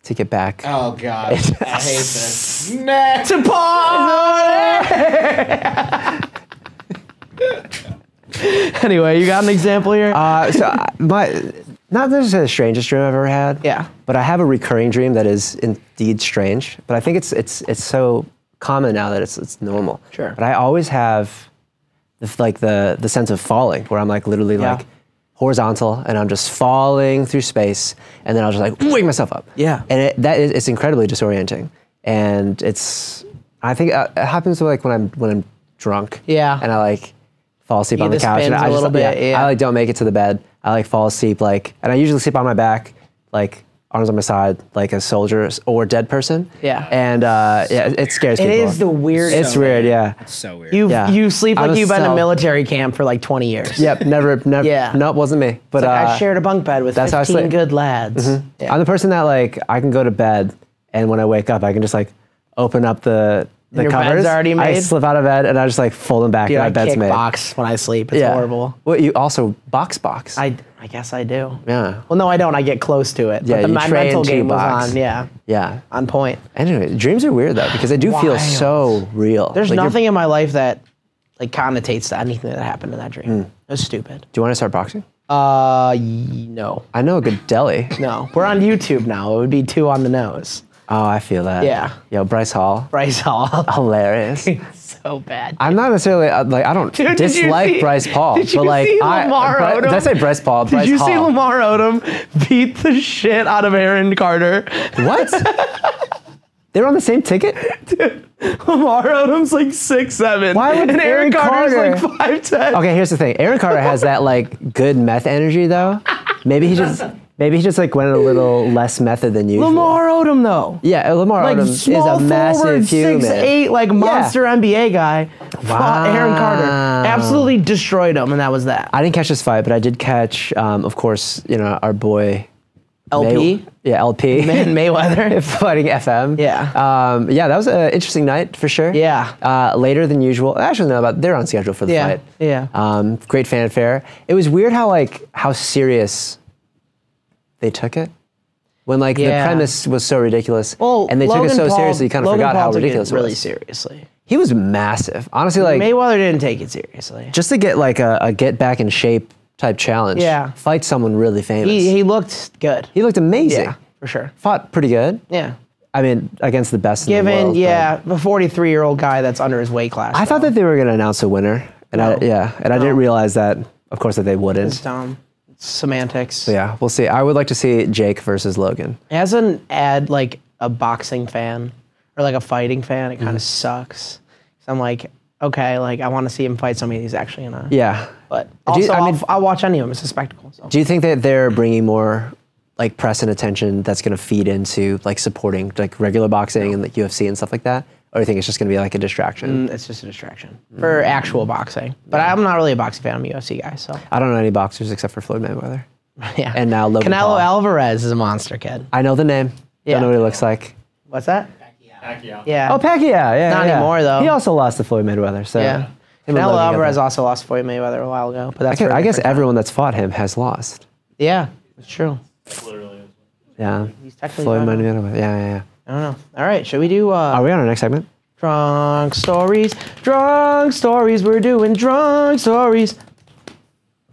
to get back. Oh god, I hate this. Next. To party! anyway, you got an example here? Uh, so I- my, not necessarily the strangest dream I've ever had. Yeah. But I have a recurring dream that is indeed strange. But I think it's it's it's so common now that it's it's normal. Sure. But I always have, the, like the the sense of falling, where I'm like literally Yeah. like horizontal, and I'm just falling through space, and then I'll just like wake myself up. Yeah. And it, that is it's incredibly disorienting, and it's I think uh, it happens like when I'm when I'm drunk. Yeah. And I like fall asleep You on the the couch and spins I a just little bit, yeah. I like don't make it to the bed. I like fall asleep like and I usually sleep on my back, like arms on my side, like a soldier s- or dead person. Yeah. And uh, yeah, it, it scares it people. is the weirdest. It's weird, yeah. It's so weird. You Yeah. you sleep I like was you've been in a so- military camp for like 20 years. Yep, never, never. Yeah. No, it wasn't me. But Like, uh, I shared a bunk bed with that's how I 15 sleep. Mm-hmm. good lads. Yeah. I'm the person that like I can go to bed and when I wake up I can just like open up the the Your bed's covers. already I made? slip out of bed and I just like fold them back Dude, and my I bed's kick made. box when I sleep. It's Yeah. horrible. Well, you also box box. I, I guess I do. yeah. Well, no, I don't. I get close to it. Yeah, but the, you my train mental to game box. was on. Yeah, Yeah. on point. Anyway, dreams are weird though because they do feel Wild. so real. There's Like, you're- nothing in my life that like connotates to anything that happened in that dream. Hmm. That's stupid. Do you want to start boxing? Uh, y- no, I know a good deli. no. We're on YouTube now. It would be two on the nose. Oh, I feel that. Yeah. Yo, Bryce Hall, Bryce Hall. hilarious. so bad. I'm not necessarily uh, like I don't Dude, did you dislike see- Bryce Paul, did you but like see I, Lamar Bri- did I Odom? say Bryce Paul? Did Bryce you Hall. see Lamar Odom beat the shit out of Aaron Carter? What? they were on the same ticket. Lamar Odom's like six seven. Why would and Aaron Aaron, Carter's Carter- like five ten? Okay, here's the thing. Aaron Carter has that like good meth energy though. Maybe he just maybe he just like went a little less method than usual. Lamar Odom though. Yeah, Lamar Like Odom is small a massive forward, human. six eight, like monster NBA guy. fought Aaron Carter Wow. absolutely destroyed him, and that was that. I didn't catch this fight, but I did catch, um, of course, you know, our boy LP May- yeah, LP. and Mayweather. Fighting FM. Yeah. Um, yeah, that was an interesting night for sure. Yeah. Uh, later than usual. Actually, no, but they're on schedule for the Yeah, fight. yeah. Um, great fanfare. It was weird how like how serious they took it. When like Yeah. the premise was so ridiculous, Well, and they Logan took it so Paul- seriously, you kind of Logan forgot Paul how took it ridiculous really it was. seriously. He was massive. Honestly, like Mayweather didn't take it seriously. just to get like a, a get back in shape type challenge. Yeah. Fight someone really famous. He, he looked good. He looked amazing. yeah, for sure. Fought pretty good. Yeah. I mean, against the best in the Given, world. but- yeah, a 43 year old guy that's under his weight class. I thought that they were going to announce a winner, and I, No. yeah, and I didn't realize that, of course, that they It's wouldn't. dumb. It's semantics. But yeah, we'll see. I would like to see Jake versus Logan. As an ad, like a boxing fan or like a fighting fan, it Mm-hmm. kind of sucks. So I'm like, okay, like I want to see him fight somebody who's actually gonna. Yeah. But Do you- also, I I mean- will I'll watch any of them. It's a spectacle. So. Do you think that they're bringing more like press and attention that's going to feed into like supporting like regular boxing and like UFC and stuff like that, or do you think it's just going to be like a distraction? Mm, It's just a distraction for actual boxing. But I'm not really a boxing fan. I'm a UFC guy. So I don't know any boxers except for Floyd Mayweather. yeah. And now Logan Canelo Paul. Alvarez is a monster kid. I know the name. Yeah. Don't know what he looks like. What's that? Pacquiao. Yeah. Oh, Pacquiao. Yeah. Not yeah. anymore, though. He also lost to Floyd Mayweather. So yeah. him and Canelo Logan got Alvarez that. also lost Floyd Mayweather a while ago, but I, that's guess- for a I guess different time. everyone that's fought him has lost. Yeah, it's true. Literally. Yeah. He's technically Floyd fine. Mayweather. Yeah, yeah, yeah. I don't know. All right, should we do uh, Are we on our next segment? drunk stories? Drunk stories. We're doing drunk stories.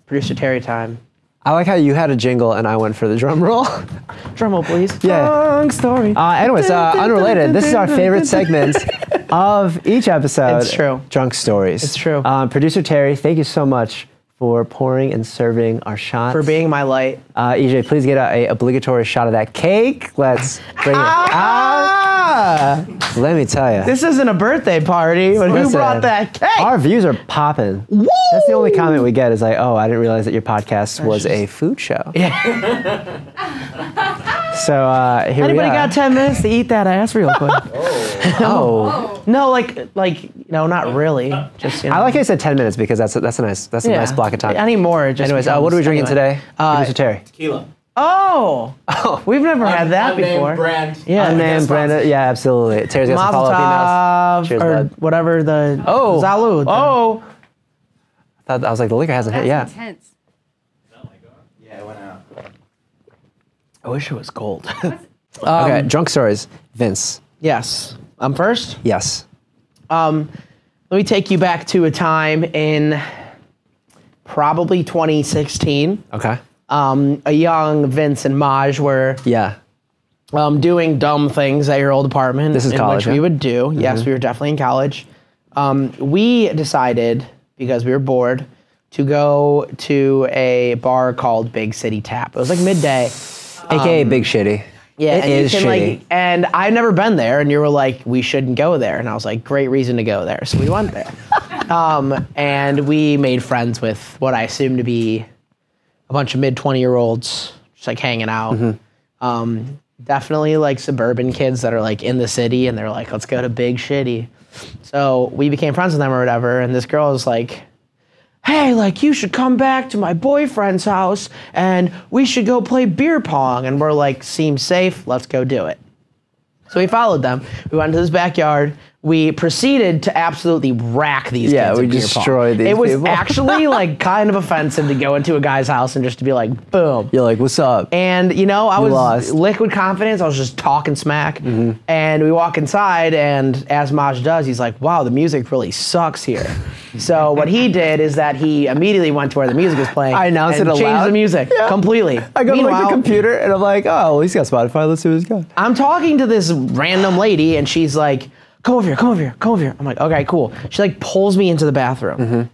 Producer Terry time. I like how you had a jingle and I went for the drum roll. Drum roll, please. Yeah. Drunk story. Uh, anyways, uh, unrelated. This is our favorite segment of each episode. It's true. Drunk stories. It's true. Um, Producer Terry, thank you so much for pouring and serving our shots. For being my light. Uh, EJ, please get a, a obligatory shot of that cake. Let's bring it out. Ah! Let me tell you. This isn't a birthday party, but who brought that cake? Our views are popping. That's the only comment we get is like, oh, I didn't realize that your podcast was a food show. Yeah. So uh, here Anybody we are. got 10 minutes to eat that ass real quick? oh, no, like, like, no, not really. Just, you know. I like I said ten minutes because that's a, that's a nice that's a nice block of time. Anymore, it just Anyways, uh, what are we becomes- drinking anyway. today, Producer Terry? Tequila. Oh, we've never had that before. Brand. Yeah. Unnamed Brandon. Yeah, absolutely. Terry's got some follow up emails. Molotov Cheers, or bud. whatever the Oh. Zalud. Oh. Thought, I was like, the liquor hasn't That's hit. Yeah. intense. Yeah, it went out. I wish it was gold. okay. Drunk stories. Vince. Um, yes, I'm first. Yes. Let me take you back to a time in probably 2016. Okay. Um, a young Vince and Maj were Yeah. um, doing dumb things at your old apartment. This is in college, Mm-hmm. Which we yeah? would do. Yes, we were definitely in college. Um, we decided because we were bored to go to a bar called Big City Tap. It was like midday. AKA Big Shitty. Um, Yeah, It and you is can, shitty. Like, and I've never been there, and you were like, "We shouldn't go there," and I was like, "Great reason to go there." So we went there, um, and we made friends with what I assume to be a bunch of mid twenty year olds, just like hanging out. Mm-hmm. Um, definitely like suburban kids that are like in the city, and they're like, "Let's go to Big Shitty." So we became friends with them or whatever, and this girl was like, hey, like, you should come back to my boyfriend's house and we should go play beer pong. And we're like, seems safe, let's go do it. So we followed them. We went to his backyard. We proceeded to absolutely rack these Yeah, kids. we at beer pong. destroyed these It was people. actually like kind of offensive to go into a guy's house and just to be like, boom. You're like, what's up? And you know, I was lost. Mm-hmm. liquid confidence. I was just talking smack. And we walk inside, and as Maj does, he's like, "Wow, the music really sucks here." so what he did is that he immediately went to where the music was playing. I announced and it changed aloud. the music Yeah. completely. I go to like Meanwhile, the computer and I'm like, oh, well, he's got Spotify. Let's see what he's got. I'm talking to this random lady, and she's like, "Come over here, come over here, come over here." I'm like, "Okay, cool." She like pulls me into the bathroom.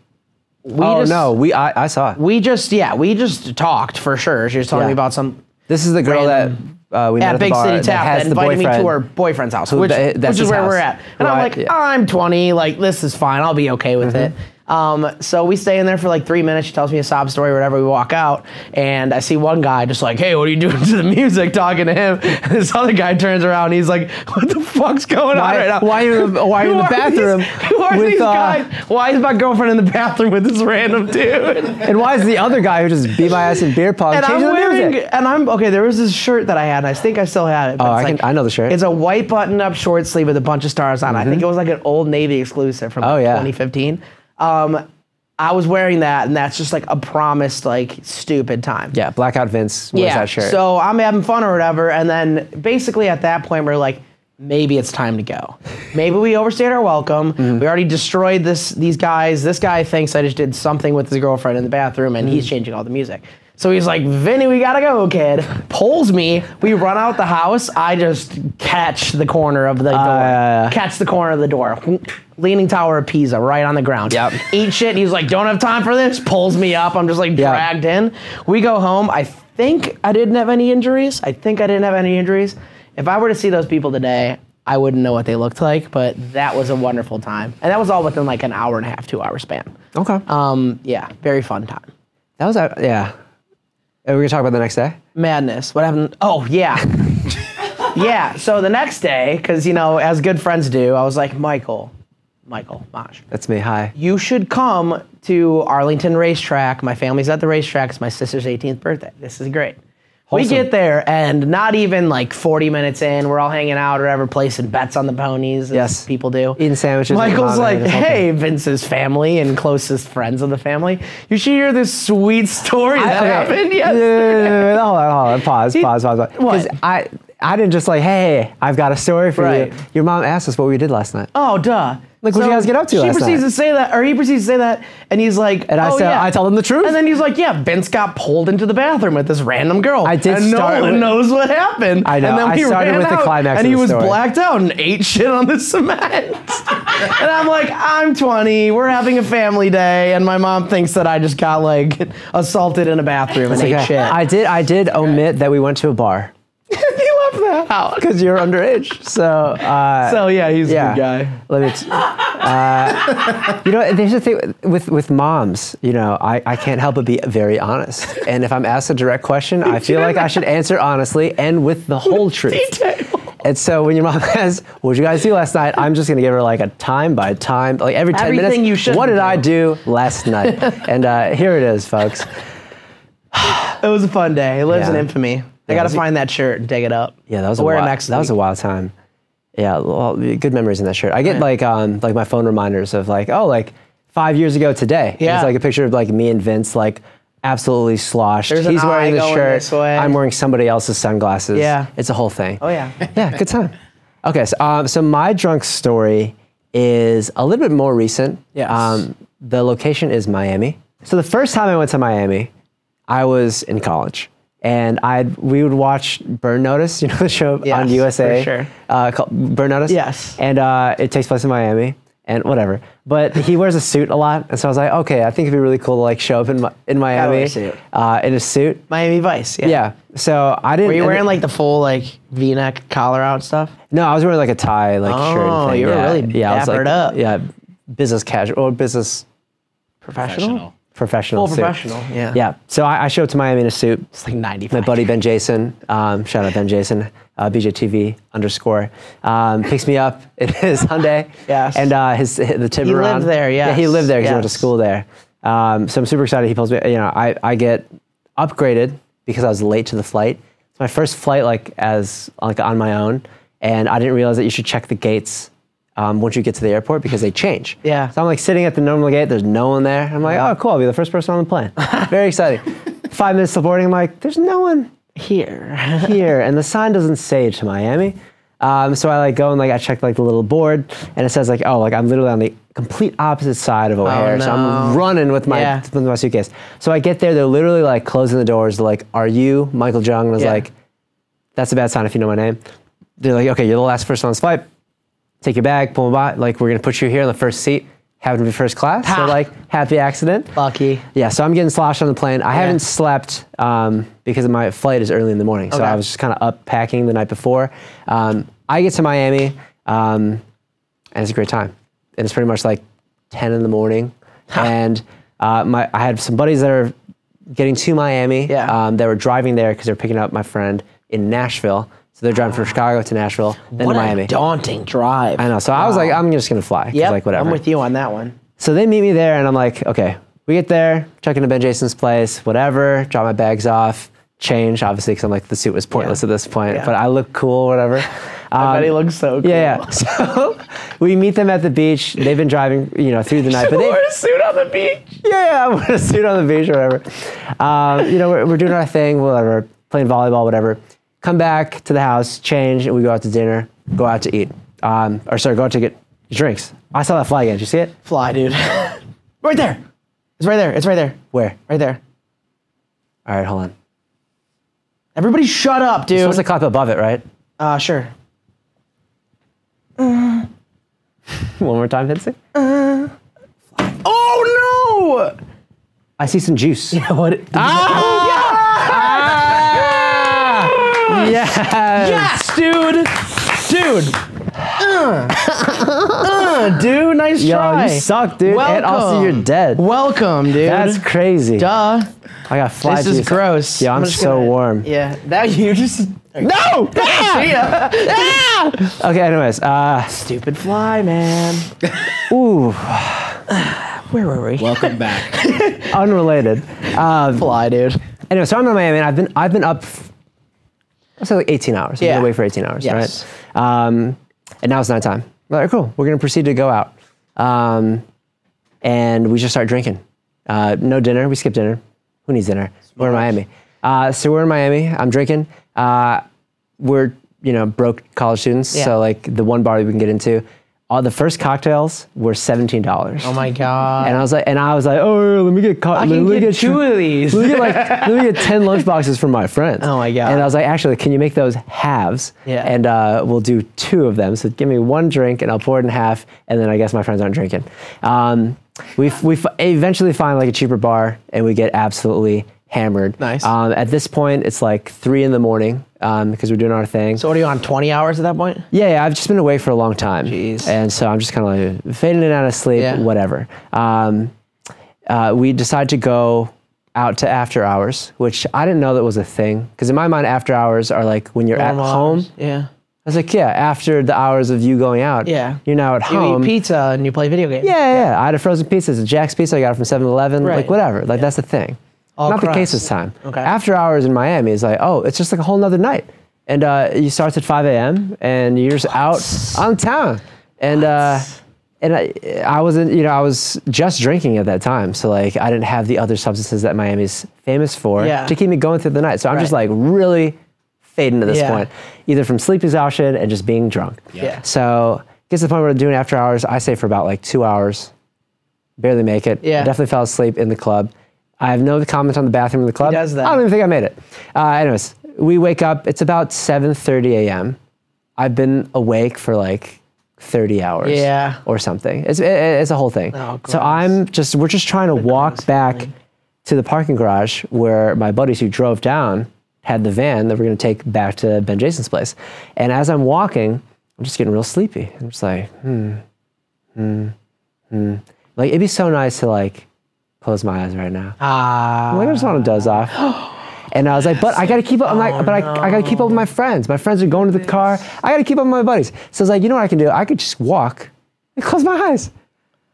We oh just, no, we I, I saw. it. We just yeah, we just talked for sure. She was telling Yeah. me about some this is the girl Random. that uh, we met at at the Big bar City that Tap has that the invited me boyfriend. to her boyfriend's house, Who which, the- that's which is his where we're house. at. And Who I'm I- like, yeah. I'm 20, like this is fine, I'll be okay with Mm-hmm. it. Um, so we stay in there for like three minutes. She tells me a sob story, or whatever. We walk out, and I see one guy just like, "Hey, what are you doing to the music?" Talking to him. And this other guy turns around. And he's like, "What the fuck's going on Why- right now? why are you in the- why are you in Who the bathroom These, who are with, these uh, guys? Why is my girlfriend in the bathroom with this random dude?" And why is the other guy who just beat my ass in beer pong and I'm changing the wearing, music? and I'm okay. There was this shirt that I had, and I think I still had it. but Oh, it's I can- like- I know the shirt. Mm-hmm. It's a white button-up short sleeve with a bunch of stars on. it. I think it was like an old Navy exclusive from like, Oh, yeah. 2015. Um, I was wearing that, and that's just like a promised, like stupid time. Yeah, Blackout Vince wears that shirt. So I'm having fun or whatever, and then basically at that point we're like, maybe it's time to go. Maybe we overstayed our welcome. Mm-hmm. We already destroyed this these guys. This guy thinks I just did something with his girlfriend in the bathroom, and Mm. he's changing all the music. So he's like, Vinny, we gotta go, kid. Pulls me. We run out the house. I just catch the corner of the door. Ah, yeah, yeah. Catch the corner of the door. Leaning Tower of Pisa, right on the ground. Yep. Eat shit. And he's like, don't have time for this. Pulls me up. I'm just like Yeah. dragged in. We go home. I think I didn't have any injuries. I think I didn't have any injuries. If I were to see those people today, I wouldn't know what they looked like, but that was a wonderful time. And that was all within like an hour and a half, two hour span. okay, Um, yeah, very fun time. that was uh, yeah. Are we gonna talk about the next day? Madness. What happened? Oh, yeah. yeah. So the next day, because, you know, as good friends do, I was like, Michael, Michael, Mosh. That's me. Hi. you should come to Arlington Racetrack. My family's at the racetrack. It's my sister's 18th birthday. This is great. We get there, and not even like 40 minutes in, we're all hanging out or ever placing bets on the ponies. As Yes. People do. Eating sandwiches with Michael's mom and like, this whole thing. hey, Vince's family and closest friends of the family, you should hear this sweet story that okay. happened No, no, no, yesterday. no, no, Hold on, hold on. Pause, pause, pause, pause. 'Cause What? I I didn't just like, hey, I've got a story for Right. you. Your mom asked us what we did last night. Oh, duh. Like, what'd you guys get up to She last proceeds night? to say that, or he proceeds to say that, and he's like, And I oh, said, yeah. I told him the truth. And then he's like, "Yeah, Vince got pulled into the bathroom with this random girl." I did And start no one with- knows what happened. I know, And then I we started ran with the out, climax and of he the was story. blacked out and ate shit on the cement. and I'm like, "I'm 20. We're having a family day, and my mom thinks that I just got like assaulted in a bathroom and ate Okay. shit." I did I did omit that we went to a bar. he left that out because you're underage. So, uh, So yeah, he's yeah. a good guy. Let me. T- uh, you know, there's a thing with with moms. You know, I, I can't help but be very honest. And if I'm asked a direct question, I feel like I should answer honestly and with the whole truth. And so when your mom asks, "What'd you guys do last night?" I'm just gonna give her like a time by time, like every ten Everything minutes. you shouldn't what did I do last night? and uh, here it is, folks. It was a fun day. It lives Yeah. in infamy. I Yeah, gotta it was- find that shirt and dig it up. Yeah, that was I'll a wear wild, it next that was a week. wild time. Yeah, well, good memories in that shirt. I get Yeah. like um like my phone reminders of like oh like five years ago today. And Yeah. it's like a picture of like me and Vince like absolutely sloshed. There's an He's eye wearing the going shirt. this way. I'm wearing somebody else's sunglasses. Yeah. it's a whole thing. Oh yeah. yeah, good time. Okay, so um so my drunk story is a little bit more recent. Yes. Um, the location is Miami. So the first time I went to Miami, I was in college, and I we would watch Burn Notice, you know the show Yes, on USA, for sure. uh, called Burn Notice. Yes. and uh, it takes place in Miami and whatever. But he wears a suit a lot, and so I was like, okay, I think it'd be really cool to like show up in Mi- in wear a Miami suit. uh, in a suit. Miami Vice. Yeah. Yeah. So I didn't. Were you and- wearing like the full like V-neck collar out and stuff? No, I was wearing like a tie, like shirt. Oh, and thing. you were yeah. really yeah, I was, dappered like, up. Yeah, business casual or business Professional. professional. Full suit. professional. Yeah. Yeah. So I, I showed up to Miami in a suit. It's like 95. My buddy Ben Jason, um, shout out Ben Jason, uh, BJTV underscore, um, picks me up in his Hyundai. Yes. And uh, his the Tiburon. lived there, Yeah, he yes, lived there because he went to yes. school there. Um, so I'm super excited. He pulls me. You know, I I get upgraded because I was late to the flight. It's my first flight like as like on my own, and I didn't realize that you should check the gates. Um, once you get to the airport, because they change. Yeah. So I'm like sitting at the normal gate. There's no one there. I'm like, oh, cool. I'll be the first person on the plane. Very exciting. Five minutes to boarding. I'm like, there's no one Here. here, and the sign doesn't say to Miami. Um, so I like go and like I check like the little board, and it says like oh like I'm literally on the complete opposite side of O'Hare, so I'm Oh, no. running with my Yeah. with my suitcase. So I get there, they're literally like closing the doors. They're like, "Are you Michael Jung?" And I was Yeah. like, "That's a bad sign if you know my name." They're like, "Okay, you're the last person on this flight. Take your bag, boom, blah, blah. Like we're gonna put you here in the first seat. Happened to be first class, Ha. so like happy accident." Lucky. Yeah, so I'm getting sloshed on the plane. I haven't slept um, because my flight is early in the morning, so Okay. I was just kind of up packing the night before. Um, I get to Miami, um, and it's a great time. And it's pretty much like 10 in the morning, and uh, my I had some buddies that are getting to Miami. Yeah. um, that were driving there because they're picking up my friend in Nashville. So they're driving from Chicago to Nashville, then what to a Miami. daunting drive. I know. So I was like, I'm just gonna fly. 'cause, Yep. like whatever. I'm with you on that one. So they meet me there, and I'm like, okay, we get there, check into Ben Jason's place, whatever, drop my bags off, change, obviously, because I'm like, the suit was pointless Yeah. at this point, Yeah. but I look cool, whatever. I bet he Um, looks so cool. yeah, yeah. So we meet them at the beach. They've been driving, you know, through the night, but they Wore a suit on the beach. yeah, yeah, I'm gonna suit on the beach or whatever. Um, you know, we're, we're doing our thing, whatever, playing volleyball, whatever. Come back to the house, change, and we go out to dinner, go out to eat, um, or sorry, go out to get drinks. I saw that fly again. Did you see it? Fly, dude. right there. It's right there. It's right there. Where? Right there. All right, hold on. Everybody, shut up, dude. It was a cop above it, right? uh, sure. One more time, Vincent. Oh no! I see some juice. Yeah, what? Ah! Ah! Yes, dude. Dude. Uh. Uh, dude, nice Yo, try. you suck, dude. And also, Welcome. you're dead. Welcome, dude. That's crazy. Duh. I got fly This juice. is gross. Yeah, I'm, just so gonna- warm. Yeah, that you just No. okay. Anyways, uh, stupid fly, man. ooh, Where were we? Welcome back. unrelated. fly, dude. Anyway, so I'm in Miami, and I've been I've been up. I say like 18 hours. I've Yeah. been away for 18 hours, Yes. right? Um, and now it's nighttime. All right, cool. We're gonna proceed to go out, um, and we just start drinking. Uh, no dinner. We skip dinner. Who needs dinner? We're in Miami. Uh, so we're in Miami. I'm drinking. Uh, we're you know broke college students, Yeah. so like the one bar that we can get into. All the first cocktails were seventeen dollars. Oh my god. And I was like, and I was like, oh, let me get caught. I let can me get two of these. Let me get like, let me get ten lunch boxes from my friends. Oh my God. And I was like, actually, can you make those halves? Yeah. And uh, we'll do two of them. So give me one drink, and I'll pour it in half. And then I guess my friends aren't drinking. Um, we f- we f- eventually find like a cheaper bar, and we get absolutely hammered. Nice. Um, at this point, it's like three in the morning. um, because we're doing our thing. So what are you on? Twenty hours at that point? Yeah, yeah, I've just been away for a long time. Jeez. And so I'm just kind of like fading in and out of sleep, Yeah. whatever. Um, uh, we decide to go out to after hours, which I didn't know that was a thing. Because in my mind, after hours are like when you're Normal at home. hours. Yeah. I was like, yeah, after the hours of you going out, Yeah. you're now at You home. eat pizza and you play video games. Yeah, yeah, yeah. I had a frozen pizza. It's a Jack's pizza. I got it from 7 Eleven. Right. Like, whatever. Like, that's the thing. All Not the crust. case this time. Okay. After hours in Miami is like, oh, it's just like a whole nother night. And uh, you starts at 5 a.m. and you're just out on town. And, uh, and I, I wasn't, you know, I was just drinking at that time. So, like, I didn't have the other substances that Miami's famous for Yeah. to keep me going through the night. So I'm just Right. like really fading at this Yeah. point, either from sleep exhaustion and just being drunk. Yeah. So gets to the point where we're doing after hours. I say for about like two hours, barely make it. Yeah. I definitely fell asleep in the club. I have no comment on the bathroom in the club. does that. I don't even think I made it. Uh, anyways, we wake up. It's about 7:30 a.m. I've been awake for like 30 hours. Yeah. Or something. It's it, it's a whole thing. Oh, gross. so I'm just we're just trying to walk back to the parking garage where my buddies who drove down had the van that we're going to take back to Ben Jason's place. And as I'm walking, I'm just getting real sleepy. I'm just like, hmm, hmm, hmm. Like, it'd be so nice to like close my eyes right now. Ah. When I just want to doze off. And I was like, but I gotta keep up. I'm Oh, like, but I, I gotta keep up with my friends. My friends are going to the car. I gotta keep up with my buddies. So I was like, you know what I can do? I could just walk and close my eyes.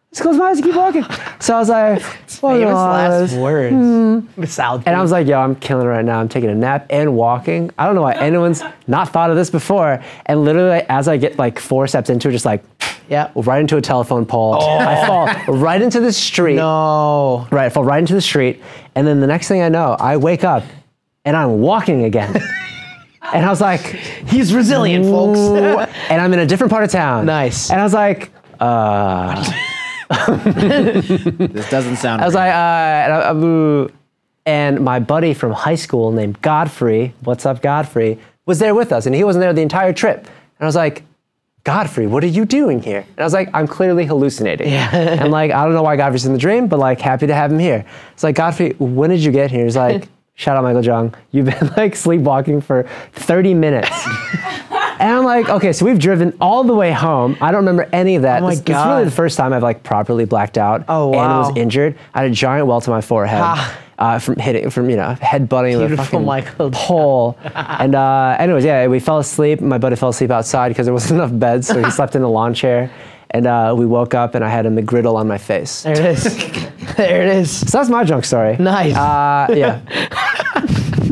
Just close my eyes and keep walking. So I was like, close Famous my eyes. last words. South And I was Beach. like, yo, I'm killing it right now. I'm taking a nap and walking. I don't know why anyone's not thought of this before. And literally, as I get like four steps into it, just like yeah. right into a telephone pole, Oh. I fall right into the street. No. Right, I fall right into the street. And then the next thing I know, I wake up and I'm walking again. and I was like, He's resilient, folks. "Ooh," and I'm in a different part of town. Nice. And I was like, This doesn't sound. I was like, uh, and, I- I- boo. and my buddy from high school named Godfrey, what's up, Godfrey, was there with us, and he wasn't there the entire trip. And I was like, Godfrey, what are you doing here? And I was like, I'm clearly hallucinating. and like, I don't know why Godfrey's in the dream, but like, happy to have him here. It's like, Godfrey, when did you get here? He's like, shout out Michael Jung, you've been like sleepwalking for 30 minutes. And I'm like, okay, so we've driven all the way home. I don't remember any of that. Oh my It's- It's really God. the first time I've like properly blacked out. Oh, And wow. was injured. I had a giant welt on my forehead Ah. uh, from hitting, from you know, headbutting the Beautiful fucking Michael. pole. and uh, anyways, yeah, we fell asleep. My buddy fell asleep outside because there wasn't enough beds, so he slept in a lawn chair. And uh, we woke up, and I had a McGriddle on my face. There it is. there it is. So that's my junk story. Nice. Uh, yeah.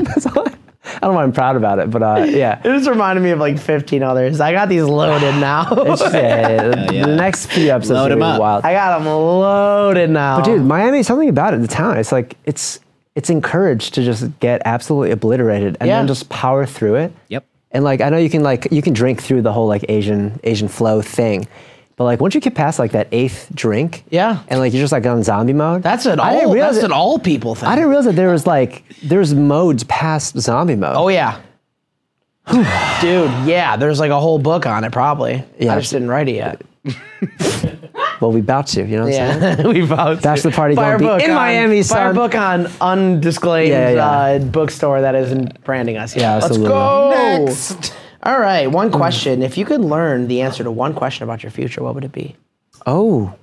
That's all I, I don't know why I'm proud about it, but uh, yeah. it just reminded me of like 15 others. I got these loaded now. It's just- yeah, yeah, yeah. yeah. The next few episodes Load are gonna 'em be up. wild. I got them loaded now. But dude, Miami, something about it, the town. It's like it's it's encouraged to just get absolutely obliterated and Yeah. then just power through it. Yep. And like I know you can like you can drink through the whole like Asian Asian flow thing. But like once you get past like that eighth drink, Yeah. and like you're just like on zombie mode. that's an I didn't all. realize That's that- an all people thing. I didn't realize that there was like there's modes past zombie mode. Oh yeah. Dude, yeah, there's like a whole book on it probably. Yeah. I just didn't write it yet. Well, we bout to, you know what I'm saying? Yeah, we both. That's the party gonna Fire be book in on, Miami, Fire son. book on undisclaimed Yeah, yeah. Uh, bookstore that isn't branding us. Yet. Yeah, absolutely. Mm. Let's go. All right, one question. If you could learn the answer to one question about your future, what would it be? Oh.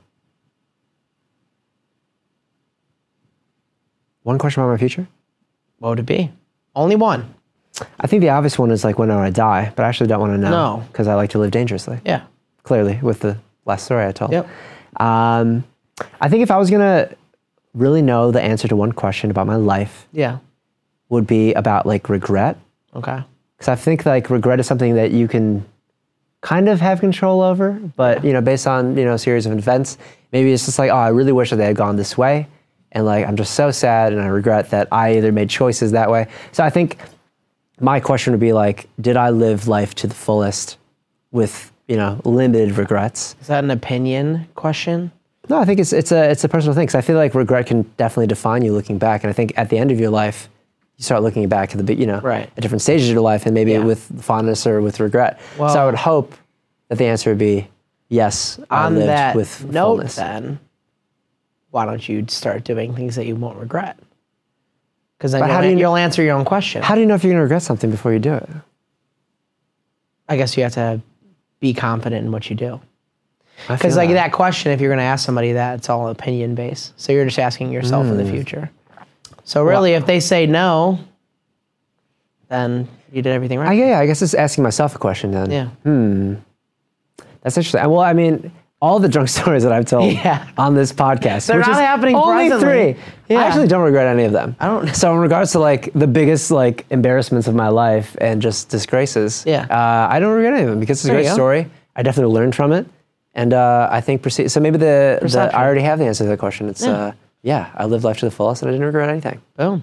One question about my future? What would it be? Only one. I think the obvious one is like when I want to die, but I actually don't want to know. No. Because I like to live dangerously. Yeah. Clearly, with the last story I told. Yep. Um, I think if I was going to really know the answer to one question about my life Yeah. would be about like regret. Okay. Because I think like regret is something that you can kind of have control over, but you know, based on you know a series of events, maybe it's just like, oh, I really wish that they had gone this way, and like I'm just so sad, and I regret that I either made choices that way. So I think my question would be like, did I live life to the fullest with you know limited regrets? Is that an opinion question? No, I think it's it's a it's a personal thing because I feel like regret can definitely define you looking back, and I think at the end of your life, you start looking back at the be- you know Right. at different stages of your life, and maybe Yeah. with fondness or with regret. so I Well- would hope that the answer would be yes. I on lived that with note, fullness. then, why don't you start doing things that you won't regret? Because then But you'll, how do you- you'll answer your own question. How do you know if you're going to regret something before you do it? I guess you have to be confident in what you do. I feel Because like that question, if you're going to ask somebody that, it's all opinion based. So you're just asking yourself in the future. So really, if they say no, then you did everything I, right. yeah, I guess it's asking myself a question then. yeah. That's interesting. Well, I mean, all the drunk stories that I've told Yeah. on this podcast, They're which not is happening only presently. three. Yeah. I actually don't regret any of them. I don't- So in regards to like the biggest like embarrassments of my life and just disgraces, Yeah. uh, I don't regret any of them because it's a There you great go. story. I definitely learned from it, and uh, I think perce- so. Maybe the, the Perception. I already have the answer to the question. It's Yeah. yeah. Uh, yeah, I lived life to the fullest and I didn't regret anything. Boom.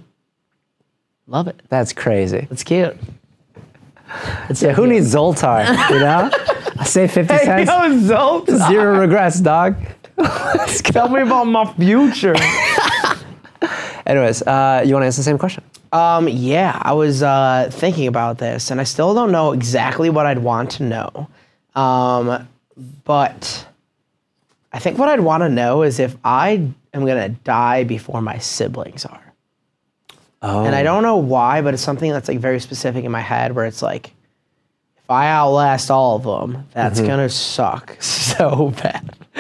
Love it. That's crazy. It's cute. It's Yeah, who needs Zoltar? You know, I say fifty cents, Zolt. zero regrets, dog. Tell me about my future. Anyways, uh, you want to ask the same question? Um, yeah, I was uh, thinking about this, and I still don't know exactly what I'd want to know. Um, but I think what I'd want to know is if I am gonna die before my siblings are, Oh, and I don't know why, but it's something that's like very specific in my head where it's like, if I outlast all of them, that's Mm-hmm. gonna suck so bad.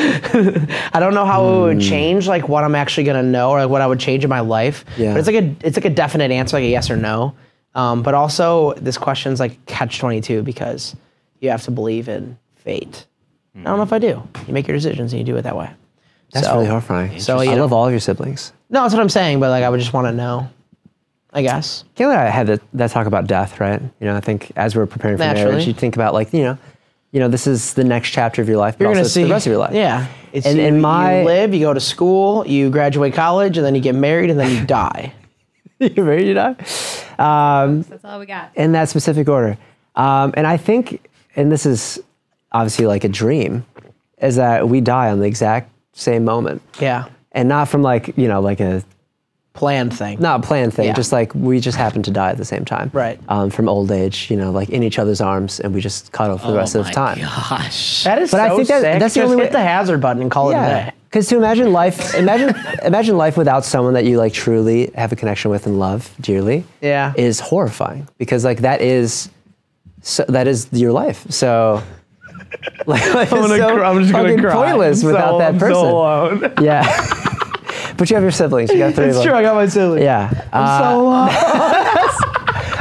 I don't know how Hmm. it would change like what I'm actually gonna know or like what I would change in my life. Yeah. But it's like a it's like a definite answer, like a yes or no. Um, but also this question's like catch twenty two because you have to believe in fate. I don't know if I do. You make your decisions and you do it that way. That's So- really horrifying. so, you I know- love all of your siblings. No, that's what I'm saying, but like I would just wanna know. I guess. Kayla and I had that, that talk about death, right? You know, I think as we are preparing for Naturally. marriage, you think about like, you know, you know, this is the next chapter of your life, but also it's the rest of your life. Yeah. It's And- you, and my- you live, you go to school, you graduate college, and then you get married, and then you die. You're married, you know? Um, That's all we got. in that specific order. Um, and I think, and this is obviously like a dream, is that we die on the exact same moment. Yeah. And not from like, you know, like a Planned thing. not a planned thing, Yeah. just like we just happen to die at the same time. Right. Um, from old age, you know, like in each other's arms and we just cuddle for the rest Oh of my time. Gosh. That is But so I think that- sick. that's the Just only hit way- the hazard button and call it a Yeah. day. Because to imagine life, imagine imagine life without someone that you like truly have a connection with and love dearly. Yeah. is horrifying because like that is so, that is your life. So like life is so fucking pointless without that person. alone. yeah. but you have your siblings. You got three. of them. got my silly. Yeah. Uh, so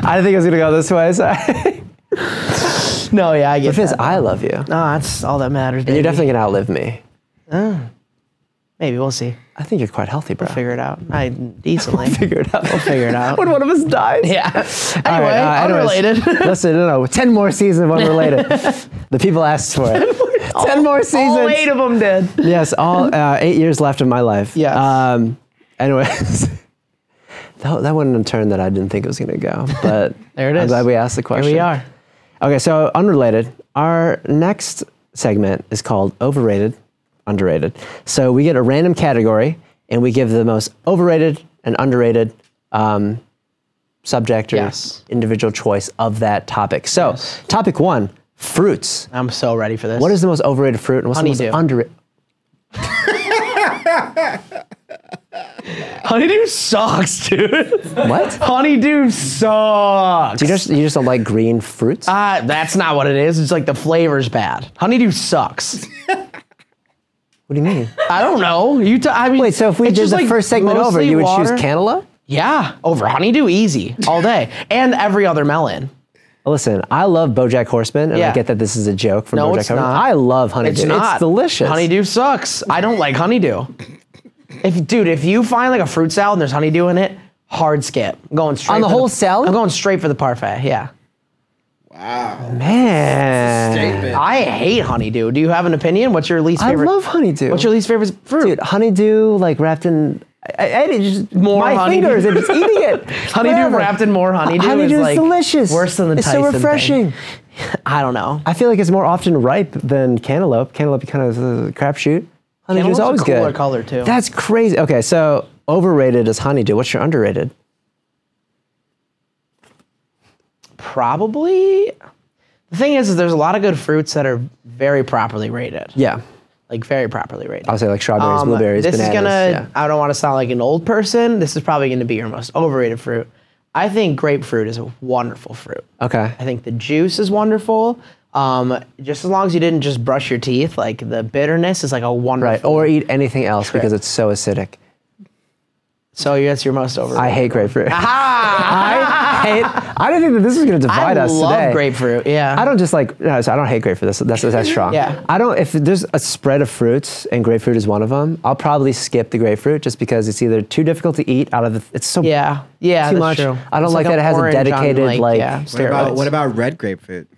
I didn't think it was gonna go this way. So no, yeah, I get because that. I love you. no, Ah, that's all that matters. Baby. You're definitely gonna outlive me. maybe we'll see. I think you're quite healthy, bro. We'll figure it out. I decently. we'll figure it out. figure it out. when one of us dies. yeah. All Anyway, right, uh, anyways, unrelated. listen, no, no, ten more seasons, one related. the people asked for it. ten more seasons. all eight of them did. yes, all uh, eight years left of my life. Yes. Um, anyways, that, that went in a turn that I didn't think it was going to go, but There it I'm is. glad we asked the question. Here we are. Okay, so unrelated. Our next segment is called overrated, underrated. So we get a random category and we give the most overrated and underrated um, subject or Yes. individual choice of that topic. So, topic one fruits. I'm so ready for this. What is the most overrated fruit and what's the Honeydew. most underrated? honeydew sucks, dude. What? honeydew sucks. You just you just don't like green fruits. Uh, that's not what it is. It's like the flavor's bad. Honeydew sucks. what do you mean? I don't know. You. T- I mean, Wait, so if we it's did just the like first segment over, mostly you would water. choose cantaloupe. Yeah, over honeydew, easy all day, and every other melon. Listen, I love BoJack Horseman, and I Yeah. get that this is a joke from No, BoJack it's Horseman. not. I love honeydew. It's not delicious. Honeydew sucks. I don't like honeydew. If dude, if you find like a fruit salad and there's honeydew in it, hard skip. I'm going straight On the for whole salad? I'm going straight for the parfait. Yeah, man, I hate honeydew. Do you have an opinion? What's your least I favorite? love honeydew. What's your least favorite fruit? Dude, honeydew like wrapped in. I, I it just More my honeydew. fingers and just eating it. Honeydew Whatever. wrapped in more honeydew. Honeydew is is like delicious. Worse than the It's Tyson so thing. refreshing. I don't know. I feel like it's more often ripe than cantaloupe. Cantaloupe kind of is a crapshoot. Honeydew's Cantaloupe's a always cooler good. color, too. That's crazy. Okay, so overrated is honeydew. What's your underrated? Probably. The thing is, is there's a lot of good fruits that are very properly rated. Yeah. like very properly rated. I'll say like strawberries, Um, blueberries, this bananas. is yeah. gonna. I don't want to sound like an old person. This is probably gonna be your most overrated fruit. I think grapefruit is a wonderful fruit. Okay. I think the juice is wonderful. Um, just as long as you didn't just brush your teeth, like the bitterness is like a wonderful. Right. Or eat anything else because it's so acidic. so that's your most overrated. I hate grapefruit. I hate. I didn't think that this was going to I divide us love today. grapefruit. Yeah. I don't just like. No, so I don't hate grapefruit. That's that's, that's strong. Yeah. I don't. If there's a spread of fruits and grapefruit is one of them, I'll probably skip the grapefruit just because it's either too difficult to eat out of the. It's so. Yeah. Yeah. Too that's much. True. I don't It's like an that it has a orange on, dedicated, like, yeah, steroids. What about, steroids. what about red grapefruit?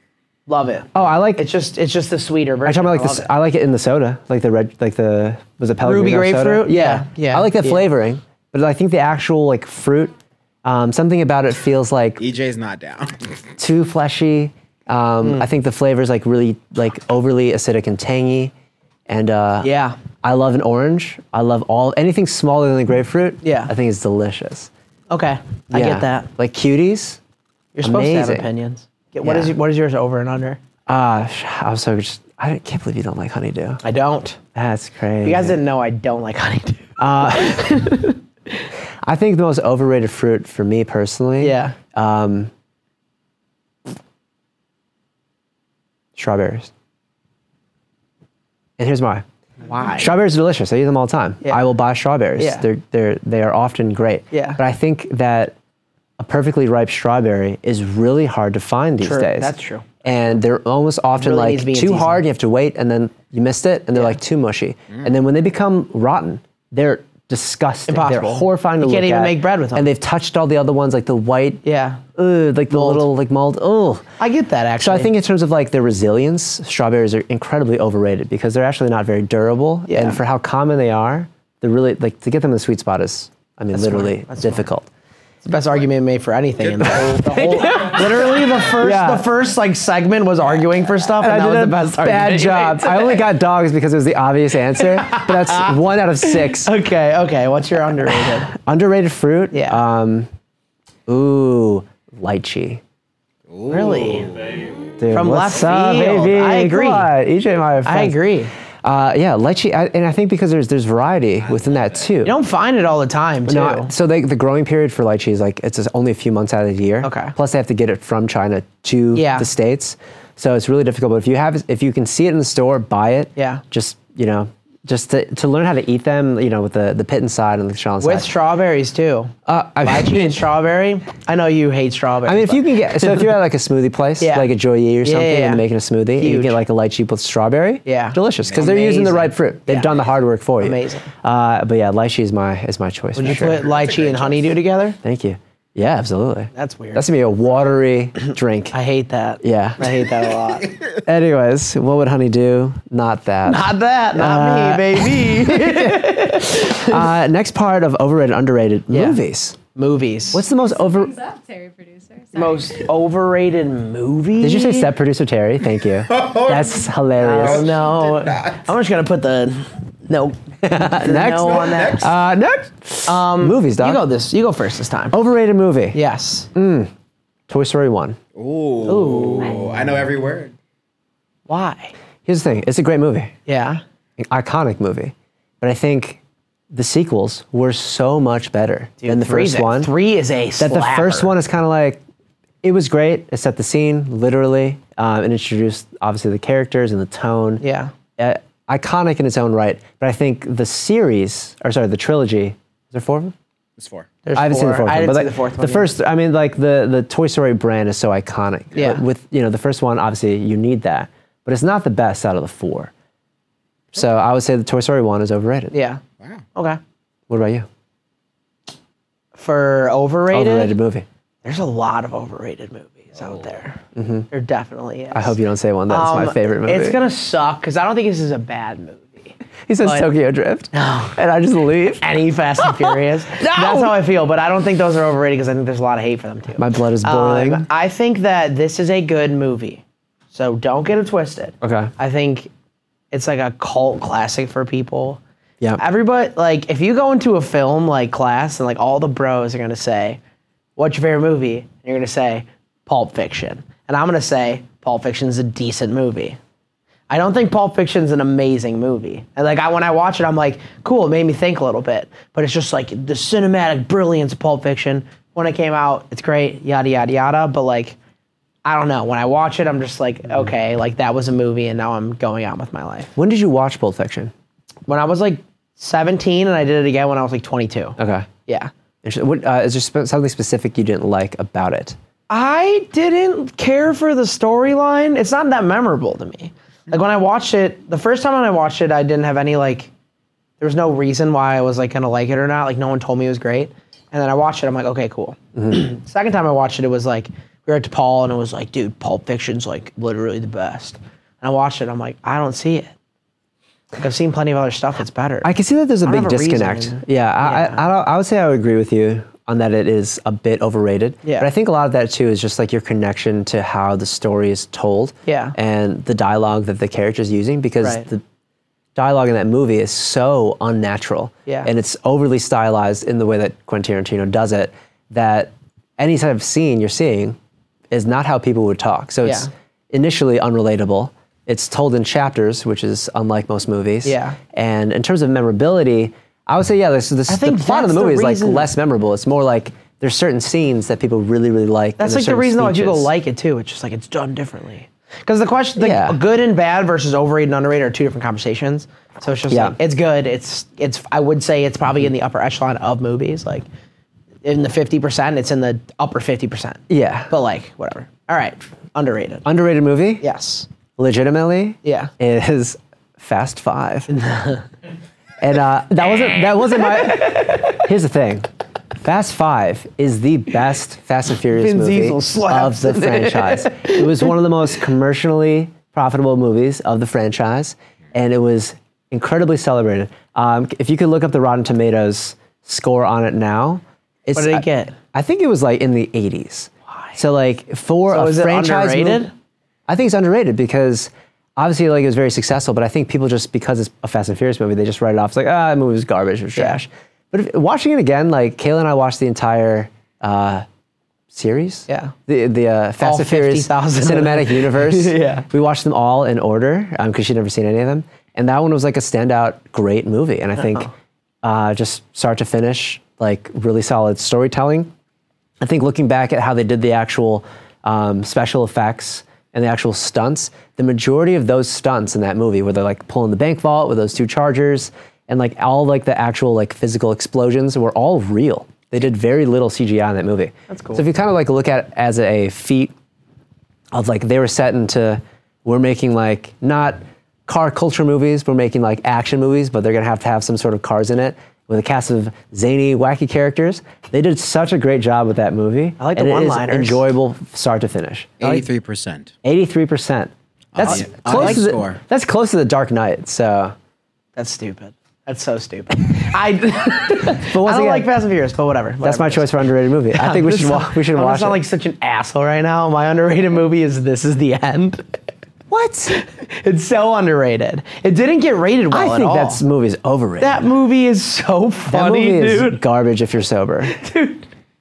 Love it. Oh, I like. It's just it's just the sweeter version. I talking about like love this. it. I like it in the soda, like the red, like the was it Pellegrino Ruby soda? grapefruit? Yeah. Yeah, yeah, I like that yeah. flavoring, but I think the actual like fruit, um, something about it feels like EJ's E not down. too fleshy. Um, Hmm. I think the flavor's like really like overly acidic and tangy, and uh, Yeah. I love an orange. I love all anything smaller than the grapefruit. Yeah. I think it's delicious. Okay. I Yeah. get that. Like cuties. You're supposed to Amazing. have opinions. Get- What Yeah. is your- what is yours over and under? Ah, sh I'm so just. I can't believe you don't like honeydew. I don't. That's crazy. You guys didn't know I don't like honeydew. I think the most overrated fruit for me personally. yeah. strawberries. And here's why. Why? Strawberries are delicious. I eat them all the time. Yeah. I will buy strawberries. Yeah. They're, they're, they are often great. Yeah. But I think that a perfectly ripe strawberry is really hard to find these True. days. That's true. And they're almost often Really like needs to be in too season. hard. You have to wait and then you missed it and they're like too mushy. Mm. And then when they become rotten, they're disgusting. Impossible. They're horrifying to You look can't even at. make bread with them. And they've touched all the other ones like the white, Yeah. ugh, like the Mold. little like mold. Ugh. I get that actually. So I think in terms of like their resilience, strawberries are incredibly overrated because they're actually not very durable. Yeah. And for how common they are, they're really like to get them in the sweet spot is I mean smart. literally That's smart. difficult. it's the best argument made for anything. In the whole, the whole, literally the first Yeah. the first like segment was arguing for stuff, and, that was the best bad argument you job. made. I only got dogs because it was the obvious answer, but that's one out of six. Okay. Okay. What's your underrated? Underrated fruit. Yeah. Um, ooh, lychee. really? Dude, From what's left up, field. baby? I Come agree. on, E EJ, my I friends. agree. You Uh, yeah, lychee, I, and I think because there's there's variety within that too. don't find it all the time too. No, so they, the growing period for lychee is like it's just only a few months out of the year. Okay. Plus they have to get it from China to Yeah. the states, so it's really difficult. But if you have, if you can see it in the store, buy it. Yeah. Just you know, just to, to learn how to eat them, you know, with the the pit inside and the shell inside. With strawberries too. uh, I mean, lychee and strawberry. I know you hate strawberry. I mean, if you can get, so if you're at like a smoothie place, Yeah. like a Joyer or Yeah, something, yeah, yeah. and they're making a smoothie, and you Huge. get like a lychee with strawberry, Yeah. delicious because they're using the Amazing. ripe fruit. They've Yeah. done the hard work for you. Amazing. Uh, but yeah, lychee is my is my choice. would for you sure. put lychee and honeydew together? Thank you. Yeah, absolutely. That's weird. That's gonna be a watery drink. I hate that. Yeah. I hate that a lot. Anyways, what would honey do? Not that. not that, not me, baby. uh, next part of overrated, underrated Yeah. movies. movies. What's the most over? Thumbs up, Terry producer. Sorry. most overrated movie? Did you say set producer Terry? Thank you. That's hilarious. Oh, No, I'm just gonna put the no. Next. no on that. Uh, next. Um, movies, You dog. go Oh, this. You go first this time. Overrated movie. Yes. Toy Story One. Ooh, I know every word. Why? Here's the thing. It's a great movie, Yeah. an iconic movie, but I think the sequels were so much better than the Three's first a- one. Three is a that the first slapper. one is kind of like it was great. It set the scene literally um, and introduced obviously the characters and the tone. Yeah. Uh, iconic in its own right, but I think the series, or sorry, the trilogy. Is there four of them? It's four. There's I haven't seen the four. fourth I one. didn't but see like, the fourth one. The yet. first, I mean, like the the Toy Story brand is so iconic. Yeah. But With you know the first one, obviously you need that, but it's not the best out of the four. So I would say the Toy Story one is overrated. Yeah. Wow. Okay. What about you? For overrated, Overrated movie. there's a lot of overrated movies out there. There definitely is. I hope you don't say one that's my favorite movie. Um, It's gonna suck because I don't think this is a bad movie. he says but- Tokyo Drift, and I just leave. Any Fast and Furious. That's how I feel, but I don't think those are overrated because I think there's a lot of hate for them too. My blood is Um, boiling. I think that this is a good movie, so don't get it twisted. Okay. I think it's like a cult classic for people. yeah. Everybody, like, if you go into a film like class and like all the bros are gonna say, "What's your favorite movie?" and you're gonna say, "Pulp Fiction," and I'm gonna say, "Pulp Fiction's a decent movie." I don't think Pulp Fiction's an amazing movie. And like I, when I watch it, I'm like, cool, it made me think a little bit. But it's just like the cinematic brilliance of Pulp Fiction. When it came out, it's great, yada yada yada. But like, I don't know. When I watch it, I'm just like, okay, like that was a movie, and now I'm going on with my life. When did you watch Pulp Fiction? When I was like 17, and I did it again when I was like 22. Okay. Yeah. Interesting. What, uh, is there spe- something specific you didn't like about it? I didn't care for the storyline. It's not that memorable to me. Like when I watched it, the first time when I watched it, I didn't have any like there was no reason why I was like gonna like it or not. Like no one told me it was great. And then I watched it, I'm like, okay, cool. Mm-hmm. Second time I watched it, it was like we were at DePaul and it was like, dude, Pulp Fiction's like literally the best. And I watched it, I'm like, I don't see it. Like I've seen plenty of other stuff that's better. I can see that there's a I don't big have a disconnect. reason. Yeah, I, Yeah. I, I, don't, I would say I would agree with you on that it is a bit overrated. Yeah. But I think a lot of that too is just like your connection to how the story is told. Yeah. And the dialogue that the character's using because Right. the dialogue in that movie is so unnatural. Yeah. And it's overly stylized in the way that Quentin Tarantino does it that any type of scene you're seeing is not how people would talk. So it's Yeah. initially unrelatable. It's told in chapters, which is unlike most movies. Yeah. And in terms of memorability, I would say yeah. This, this, I think the plot of the that's the movie is like reason- less memorable. It's more like there's certain scenes that people really really like. and That's like there's the certain reason why people speeches. like it too. It's just like it's done differently. Because the question, the Yeah. good and bad versus overrated and underrated are two different conversations. So it's just Yeah. like it's good. It's it's I would say it's probably in the upper echelon of movies. Like in the fifty percent, it's in the upper fifty percent. Yeah. But like whatever. All right, underrated. underrated movie. yes. Legitimately. Yeah. Is Fast Five. and uh, that wasn't that wasn't my. Here's the thing. Fast Five is the best Fast and Furious Vin movie Diesel of slaps. the franchise. it was one of the most commercially profitable movies of the franchise, and it was incredibly celebrated. Um, if you could look up the Rotten Tomatoes score on it now, it's, What did it get? I, I think it was like in the 80s. So like for So a is it franchise mov- underrated? I think it's underrated because obviously like it was very successful, but I think people just because it's a Fast and Furious movie, they just write it off. It's like ah, that movie was garbage or trash. But if, watching it again, like Kayla and I watched the entire uh, series. Yeah. The the uh, Fast All and Furious 50,000 of them. cinematic universe. Yeah. We watched them all in order because she'd never seen any of them, and that one was like a standout, great movie. And I think uh, just start to finish, like really solid storytelling. I think looking back at how they did the actual um, special effects and the actual stunts, the majority of those stunts in that movie, where they're like pulling the bank vault with those two chargers, and like all like the actual like physical explosions were all real. They did very little CGI in that movie. That's cool. So if you kind of like look at it as a feat of like they were set into we're making like not car culture movies, we're making like action movies, but they're gonna have to have some sort of cars in it with a cast of zany, wacky characters. They did such a great job with that movie. I like the and it is one-liners. enjoyable start to finish. Eighty-three percent. Eighty-three percent. That's yeah. I close like to the, score. that's close to the Dark Knight. So, That's stupid. That's so stupid. I, but I once don't again, like Fast and Furious, but whatever. that's my choice for underrated movie. I think we should wa- we should I'm watch sound it. like such an asshole right now. My underrated movie is This Is the End. what? It's so underrated. It didn't get rated well I at think all. that movie's overrated. that movie is so That funny, movie dude. is garbage if you're sober.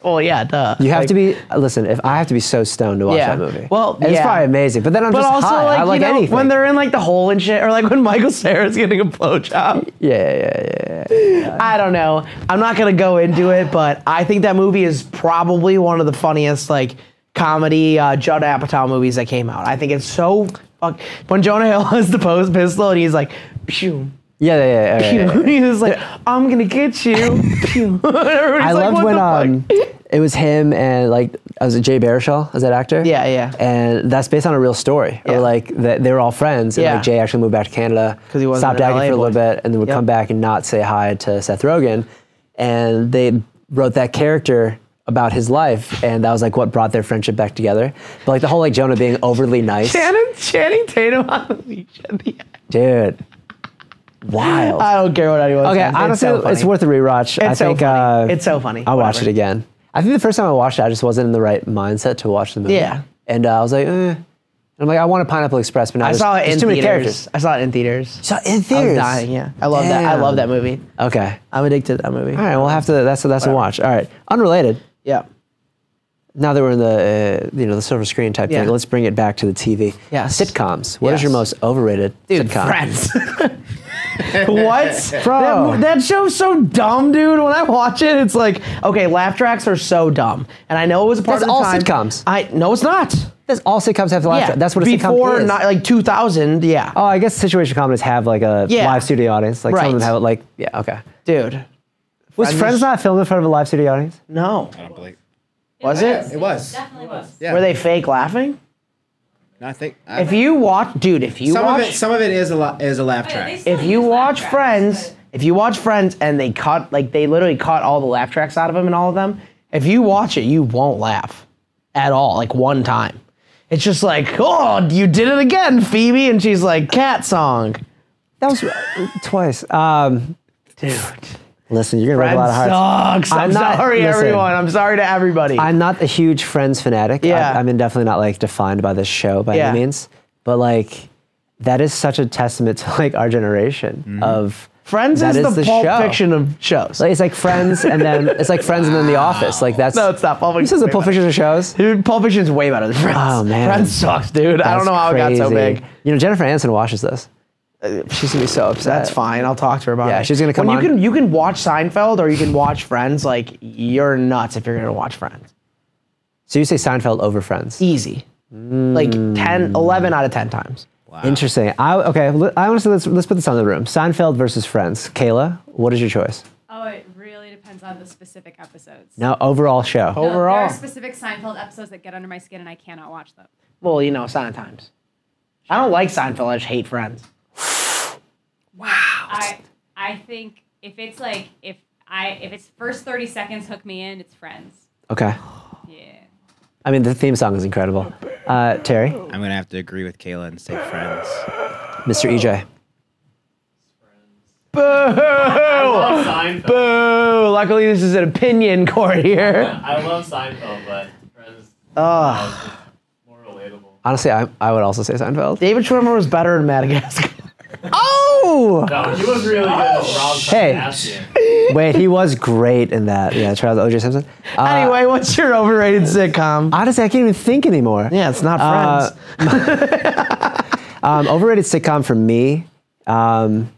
well, yeah, duh. You have to be listen. If I have to be so stoned to watch Yeah. that movie, Well, it's yeah. probably amazing. But then I'm But just also, high. like, I like you know, anything. when they're in like the hole and shit, or like when Michael Sarah's getting a blowjob. yeah, yeah, yeah, yeah. I don't know. I'm not gonna go into it, but I think that movie is probably one of the funniest like comedy uh, Judd Apatow movies that came out. I think it's so fuck. When Jonah Hill has the post pistol and he's like, pew, yeah, yeah, yeah, yeah, pew. yeah, yeah. He was like, I'm gonna get you. pew. Everybody's I like, loved "What when the fuck?" um, it was him and like was it Jay Baruchel as that actor? Yeah, yeah. And that's based on a real story. Or Yeah. like that they were all friends, and Yeah. like Jay actually moved back to Canada 'Cause he wasn't stopped an acting LA for a little boy. bit, and then would Yep. come back and not say hi to Seth Rogen, and they wrote that character about his life, and that was like what brought their friendship back together. But like the whole like Jonah being overly nice. Channing, Channing Tatum on the leash at the end. Dude. Wild. I don't care what anyone okay, says. It's honestly, so it's, funny. worth a rewatch. I It's so think funny. Uh, It's so funny. I'll watch Whatever. it again. I think the first time I watched it, I just wasn't in the right mindset to watch the movie. Yeah. And uh, I was like, eh. And I'm like, I want a Pineapple Express, but now I there's, saw it there's in too many theaters. characters. I saw it in theaters. So in I was theaters. dying. Yeah, I love that. I Damn. love that movie. Okay. I'm addicted to that movie. All right, we'll have to. That's that's a watch. All right. Unrelated. Yeah. now that we're in the uh, you know the silver screen type Yeah. thing, let's bring it back to the TV. Yes. Sitcoms. What is Yes. your most overrated sitcom? what? Bro. That, that show's so dumb, dude. When I watch it, it's like, okay, laugh tracks are so dumb. And I know it was a part That's of the all time- sitcoms. I no, it's not. That's all sitcoms have to laugh. Yeah, at. That's what a before sitcom is. not like 2000. Yeah, oh, I guess situation comedies have like a Yeah. live studio audience. Like some Right. of them have it. Like yeah, okay. dude. Was Friends- Friends, not filmed in front of a live studio audience? No, I don't believe. was it? It was. Definitely was. Yeah. Were they fake laughing? No, I think. I, If you watch, dude, if you some watch, of it, some of it is a la- is a laugh Oh, yeah, they track. still if you use laugh watch tracks, Friends, if you watch Friends and they cut like they literally cut all the laugh tracks out of them and all of them, if you watch it, you won't laugh at all, like one time. It's just like, oh, you did it again, Phoebe, and she's like, cat song, That was uh, twice. Um, dude. listen, you're gonna break a lot of Friends hearts. sucks. I'm, I'm not- sorry, listen. everyone. I'm sorry to everybody. I'm not a huge Friends fanatic. Yeah. I, I mean, definitely not like defined by this show by Yeah. any means. But like, that is such a testament to like our generation of Friends that is, the, is the Pulp show. Fiction of shows. Like, it's like Friends, and then it's like Friends, and then The Office. Like that's no, it's not Pulp Fiction. this is the way Pulp better. Fiction of shows. Dude, Pulp Fiction's way better than Friends. Oh, man. Friends sucks, dude. I don't That's know how it got so crazy. big. You know, Jennifer Aniston watches this. Uh, She's gonna be so upset. That's fine. I'll talk to her about it. Yeah, she's gonna come when on. You can you can watch Seinfeld or you can watch Friends. Like you're nuts if you're gonna watch Friends. So you say Seinfeld over Friends? Easy. Like Hmm. 10, 11 out of ten times. Interesting. I, okay, l- I honestly let's let's put this on the room. Seinfeld versus Friends. Kayla, what is your choice? Oh, it really depends on the specific episodes. Now overall show. No, There Overall. are specific Seinfeld episodes that get under my skin and I cannot watch them. Well, you know, sometimes. I don't like Seinfeld. I just hate Friends. I I think if it's like if I if it's first 30 seconds hook me in, it's friends. Okay. Yeah. I mean, the theme song is incredible. Uh, Terry, I'm gonna have to agree with Kayla and say Friends. Mr. EJ. I love Seinfeld. Oh. Boo! Luckily, this is an opinion court here. I love Seinfeld, but Friends is Ah. just more relatable. Honestly, I, I would also say Seinfeld. David Schwimmer was better in Madagascar. Oh! No, he was really good at Rob Hey. Kardashian. Wait, he was great in that. Yeah, Charles O.J. Simpson. Uh, anyway, what's your overrated sitcom? honestly, I can't even think anymore. yeah, it's not Uh, Friends. Um, overrated sitcom for me um,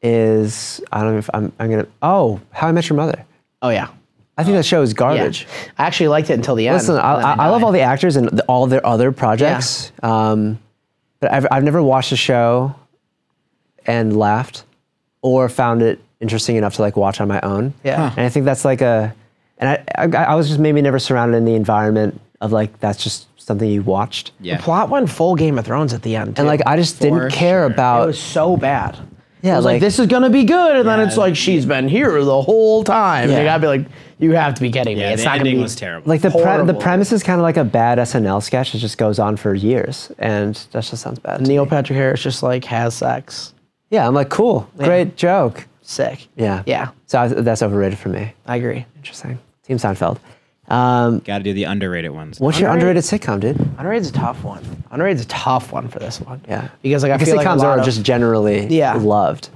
is I don't know if I'm, I'm gonna. Oh, How I Met Your Mother. oh yeah. I think that show is Yeah. garbage. I actually liked it until the end. Listen, I, and then I, I love died. all the actors and the, all their other projects. Um, but I've, I've never watched a show and laughed or found it interesting enough to like watch on my own. Yeah. Huh. And I think that's like a, and I, I, I was just maybe never surrounded in the environment of like, that's just something you watched. Yeah. The plot went full Game of Thrones at the end. And like, I just didn't For care sure. about, it was so bad. Uh, Yeah, it was like, like- this is gonna be good, and then Yeah. it's like she's been here the whole time. Yeah. You gotta be like, you have to be kidding me. It's not gonna be. terrible. like the, pre- the horrible. premise is kind of like a bad SNL sketch that just goes on for years. And that just sounds bad. to Neil me. Patrick Harris just like has sex. Yeah. I'm like, cool, great joke. Sick. Yeah. Yeah, So I, that's overrated for me. I agree. Interesting. Team Seinfeld. Um, Got to do the underrated ones. what's your underrated sitcom, dude? Underrated's a tough one. Underrated's a tough one for this one. Yeah. because like I, Because feel like a sitcoms lot are of, just generally Yeah. loved.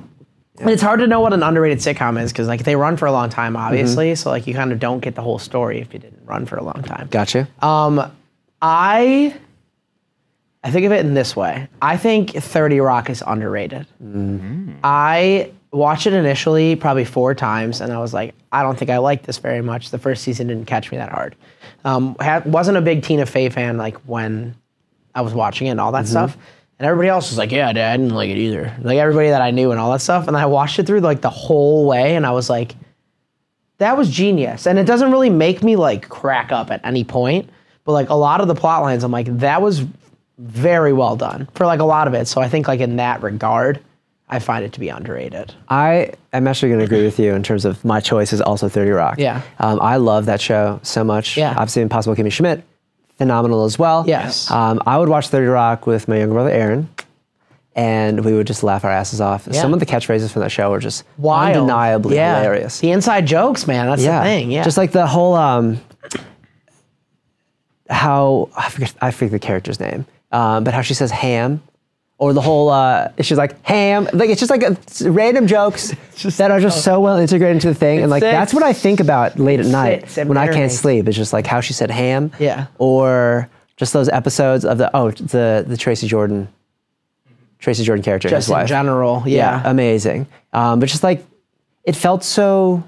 And it's hard to know what an underrated sitcom is because like they run for a long time, Mm-hmm. obviously. So like you kind of don't get the whole story if you didn't run for a long time. Gotcha. Um, I I think of it in this way. I think Thirty Rock is underrated. I watched it initially probably four times, and I was like, I don't think I like this very much. The first season didn't catch me that hard. Um, ha- wasn't a big Tina Fey fan like when I was watching it and all that stuff. And everybody else was like, Yeah, dude, I didn't like it either. Like everybody that I knew and all that stuff. And I watched it through like the whole way, and I was like, that was genius. And it doesn't really make me like crack up at any point, but like a lot of the plot lines, I'm like, that was very well done for like a lot of it. So I think like in that regard, I find it to be underrated. I am actually going to agree with you in terms of my choice is also 30 Rock. Yeah. Um, I love that show so much. Yeah. Obviously, Impossible Kimmy Schmidt, phenomenal as well. Yes. Um, I would watch 30 Rock with my younger brother, Aaron, and we would just laugh our asses off. Yeah. Some of the catchphrases from that show were just Wild. undeniably Yeah. hilarious. The inside jokes, man. That's the thing. Yeah. Just like the whole um how I forget I forget the character's name. Um, but how she says ham Or the whole, uh, it's just like ham. Like it's just like a, it's random jokes that are just so well integrated into the thing, and like sits. that's what I think about late at night sits and when I can't marinates. sleep. It's just like how she said ham, Yeah. or just those episodes of the oh the the Tracy Jordan, Tracy Jordan character, and Just his wife in general, yeah. amazing. Um, but just like it felt so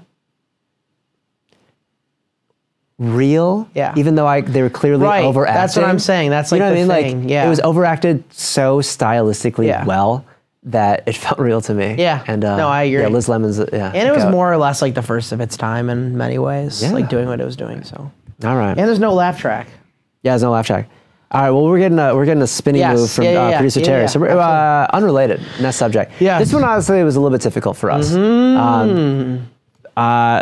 real, Yeah. Even though I they were clearly Right, that's what overacting. I'm saying, that's, you know like, what I the mean. thing, Like yeah. it was overacted so stylistically Yeah. well that it felt real to me. Yeah. and uh, No, I agree. Yeah, Liz Lemon's. uh, Yeah, and it was go. more or less like the first of its time in many ways, Yeah. like doing what it was doing. So, All right. and there's no laugh track. yeah, there's no laugh track. All right, well, we're getting a we're getting a spinning Yes, move from yeah, yeah, uh, yeah, producer yeah, Terry. yeah, so we're, uh, unrelated, next subject. Yeah. Mm-hmm. this one honestly was a little bit difficult for us. Um,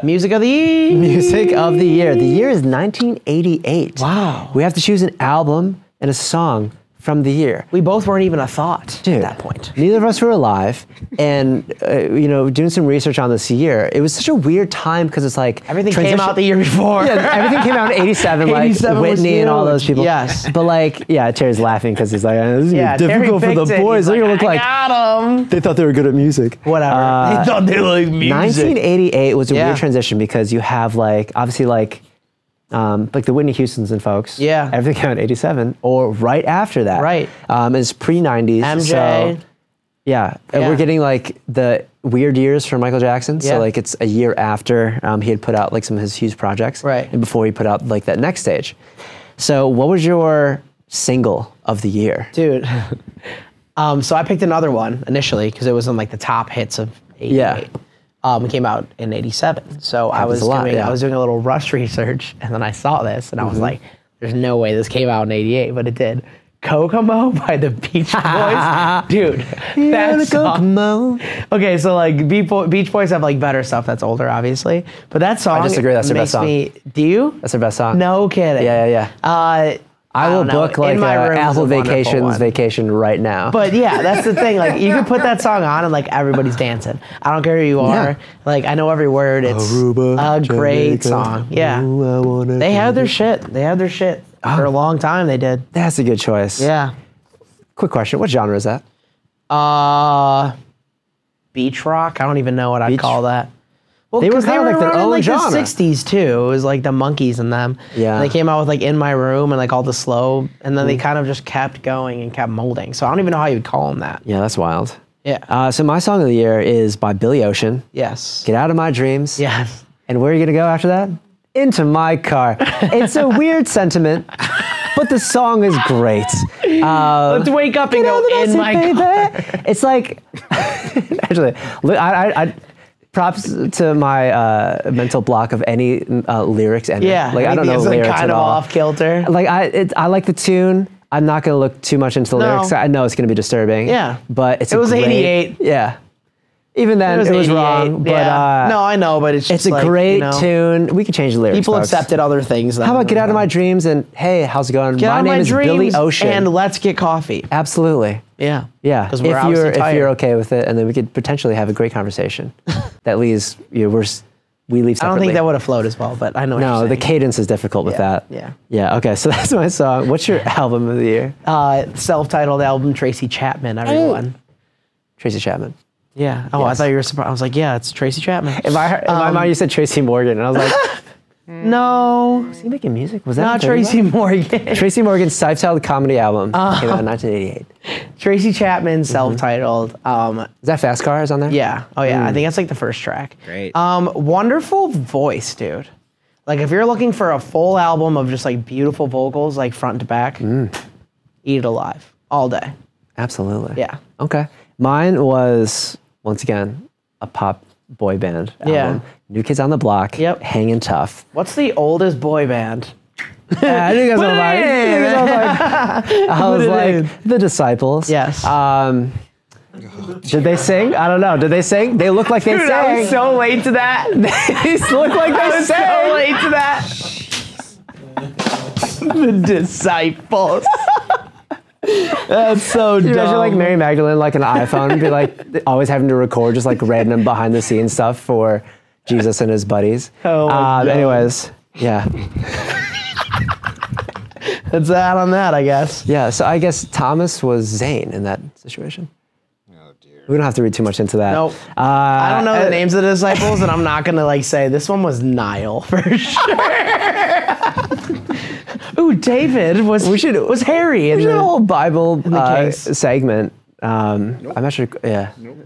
Music of the year. Music of the year. The year is 1988. Wow. We have to choose an album and a song from the year. We both weren't even a thought Dude, at that point. Neither of us were alive, and uh, you know, doing some research on this year, it was such a weird time because it's like Everything transition- came out the year before. Yeah, everything came out in '87, like 87 was Whitney and all huge. those people. Yes. but like, yeah, Terry's laughing because he's like, "This is Yeah, Terry difficult for the picked it. boys. He's They're gonna look "I like got 'em." they thought they were good at music." Whatever. Uh, they thought they like music. 1988 was a Yeah. weird transition because you have like obviously like um, like the Whitney Houston's and folks. Yeah. Everything came out in 87 or right after that. Right. Um, it's pre 90s. MJ. So, yeah. And Yeah. we're getting like the weird years from Michael Jackson. Yeah. So like it's a year after um, he had put out like some of his huge projects. Right. And before he put out like that next stage. So what was your single of the year? dude. Um, so I picked another one initially because it was in like the top hits of '88. Yeah. Um, it came out in '87, so I Happens was a lot, doing yeah. Mm-hmm. I was doing a little rush research, and then I saw this, and I was like, "There's no way this came out in '88," but it did. Kokomo by the Beach Boys, dude. That song. Kokomo. Okay, so like Beach Boy- Beach Boys have like better stuff that's older, obviously, but that song disagree, that's their makes best song. me. Do you? That's their best song. no kidding. Yeah, yeah, yeah. Uh, I will don't know. book like In My a Room is Apple a wonderful Vacations one. vacation right now. But yeah, that's the thing. Like you can put that song on and like everybody's dancing. I don't care who you are. Yeah. Like I know every word. It's a great Jamaica. song. Yeah. Ooh, I wanna they had be- their shit. They had their shit Oh. for a long time. They did. That's a good choice. Yeah. Quick question: What genre is that? Uh, beach rock. I don't even know what I'd Beach- call that. Well, They were 'cause kinda like their around in, own like genre. The '60s too. It was like the monkeys and them. Yeah. And they came out with like "In My Room" and like all the slow, and then they kind of just kept going and kept molding. So I don't even know how you would call them that. Yeah, that's wild. Yeah. Uh, so my song of the year is by Billy Ocean. yes. Get out of my dreams. Yes. And where are you gonna go after that? Into my car. it's a weird sentiment, but the song is great. Let's wake up and You know go that I in said, my "Baby." car. It's like actually, li- I, I, I props to my uh, mental block of any uh, lyrics and Yeah. like I don't anything know that's, like, lyrics kind at of all. off kilter. like I it, I like the tune. I'm not gonna look too much into the No. lyrics. I know it's gonna be disturbing. Yeah. but it's It a was great- 88. Yeah, even then it was, 88, wrong. But yeah. uh, no, I know, but it's it's just a like, great you know, tune. We could change the lyrics. People folks. accepted other things. How about get out of my dreams and hey, how's it going? Get my out of name my is dreams Billy Ocean. and let's get coffee. Absolutely. Yeah. Yeah, Because we're if you're obviously tired. if you're okay with it, and then we could potentially have a great conversation. that leaves you know, we're s- we leave. I Separately. don't think that would have flowed as well, but I know. what No, you're the saying. cadence is difficult with Yeah, that. yeah. Yeah. Okay. So that's my song. What's your album of the year? uh, self-titled album Tracy Chapman. Everyone. Tracy Chapman. Oh. Yeah. Oh, I thought you were surprised. I was like, yeah, it's Tracy Chapman. If I heard, in my Um, mind you said Tracy Morgan, and I was like, no, "Is he making music? Was that not the thirty Tracy one?" Oh. Morgan. Tracy Morgan's self-titled comedy album came out in 1988. Tracy Chapman, self-titled. Um, Is that Fast Cars on there? Yeah. Oh yeah. I think that's like the first track. Great. Um, wonderful voice, dude. Like if you're looking for a full album of just like beautiful vocals, like front to back, eat it alive all day. Absolutely. Yeah. Okay. Mine was once again a pop boy band album. Yeah. New Kids on the Block. Yep. Hanging tough. What's the oldest boy band? Yeah, I think that's what mine. I was like, I was like the disciples. Yes. Um, did they sing? I don't know. Did they sing? They look like they sang. so late to that. they look like they sang. late to that. the disciples. that's so Can you dumb. imagine like Mary Magdalene, like an iPhone, be like always having to record just like random behind the scenes stuff for Jesus and his buddies. Oh my um, God. Anyways, yeah. That's that on that, I guess. Yeah, so I guess Thomas was Zane in that situation. Oh dear. We don't have to read too much into that. Nope. Uh, I don't know the names of the disciples, and I'm not gonna like say this one was Nile for sure. Ooh, David was we should was Harry in We did a the- whole Bible uh, case. segment. Um, I'm not sure. Yeah. Um,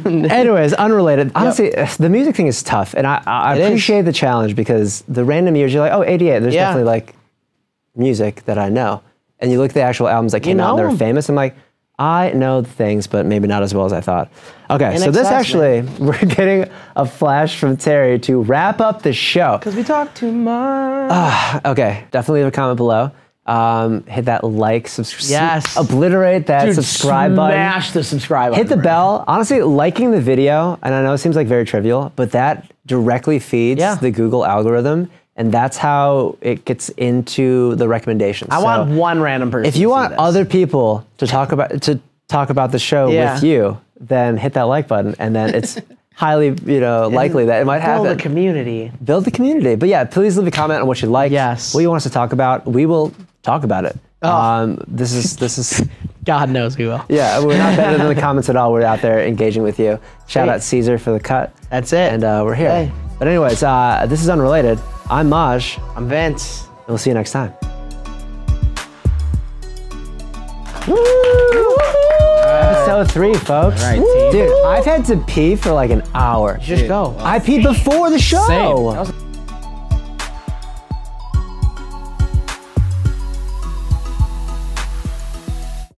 I'm- Anyways, unrelated. Honestly, eh, the music thing is tough, and I, I I It is. appreciate the challenge because the random years you're like, oh, 88. There's Yeah. definitely like music that I know, and you look at the actual albums that came out, and know 'em. they're famous. I'm like, I know the things, but maybe not as well as I thought. Okay, so this excess, man. actually, we're getting a flash from Terry to wrap up the show. we talk too much. Okay, definitely leave a comment below. Um, hit that like, subscribe, Yes. obliterate that Dude, subscribe button. Smash the subscribe Hit the button. bro. bell. Honestly, liking the video, and I know it seems like very trivial, but that directly feeds Yeah. the Google algorithm, and that's how it gets into the recommendations. I want So one random person. If you to see want this. other people to talk about to talk about the show Yeah. with you, then hit that like button, and then it's highly you know likely that it might build happen a community. build the community. But yeah, please leave a comment on what you like. Yes. What you want us to talk about. We will talk about it. Um, this is this is God knows we will. yeah. We're not better than the comments at all. We're out there engaging with you. Shout Great. out Caesar for the cut. That's it. And uh, we're here. Hey. But anyways, uh, this is unrelated. I'm Maj, and I'm Vince. we'll see you next time. Episode three, folks. All right, team. Dude, I've had to pee for like an hour. Just go. I peed before the show. Same. That was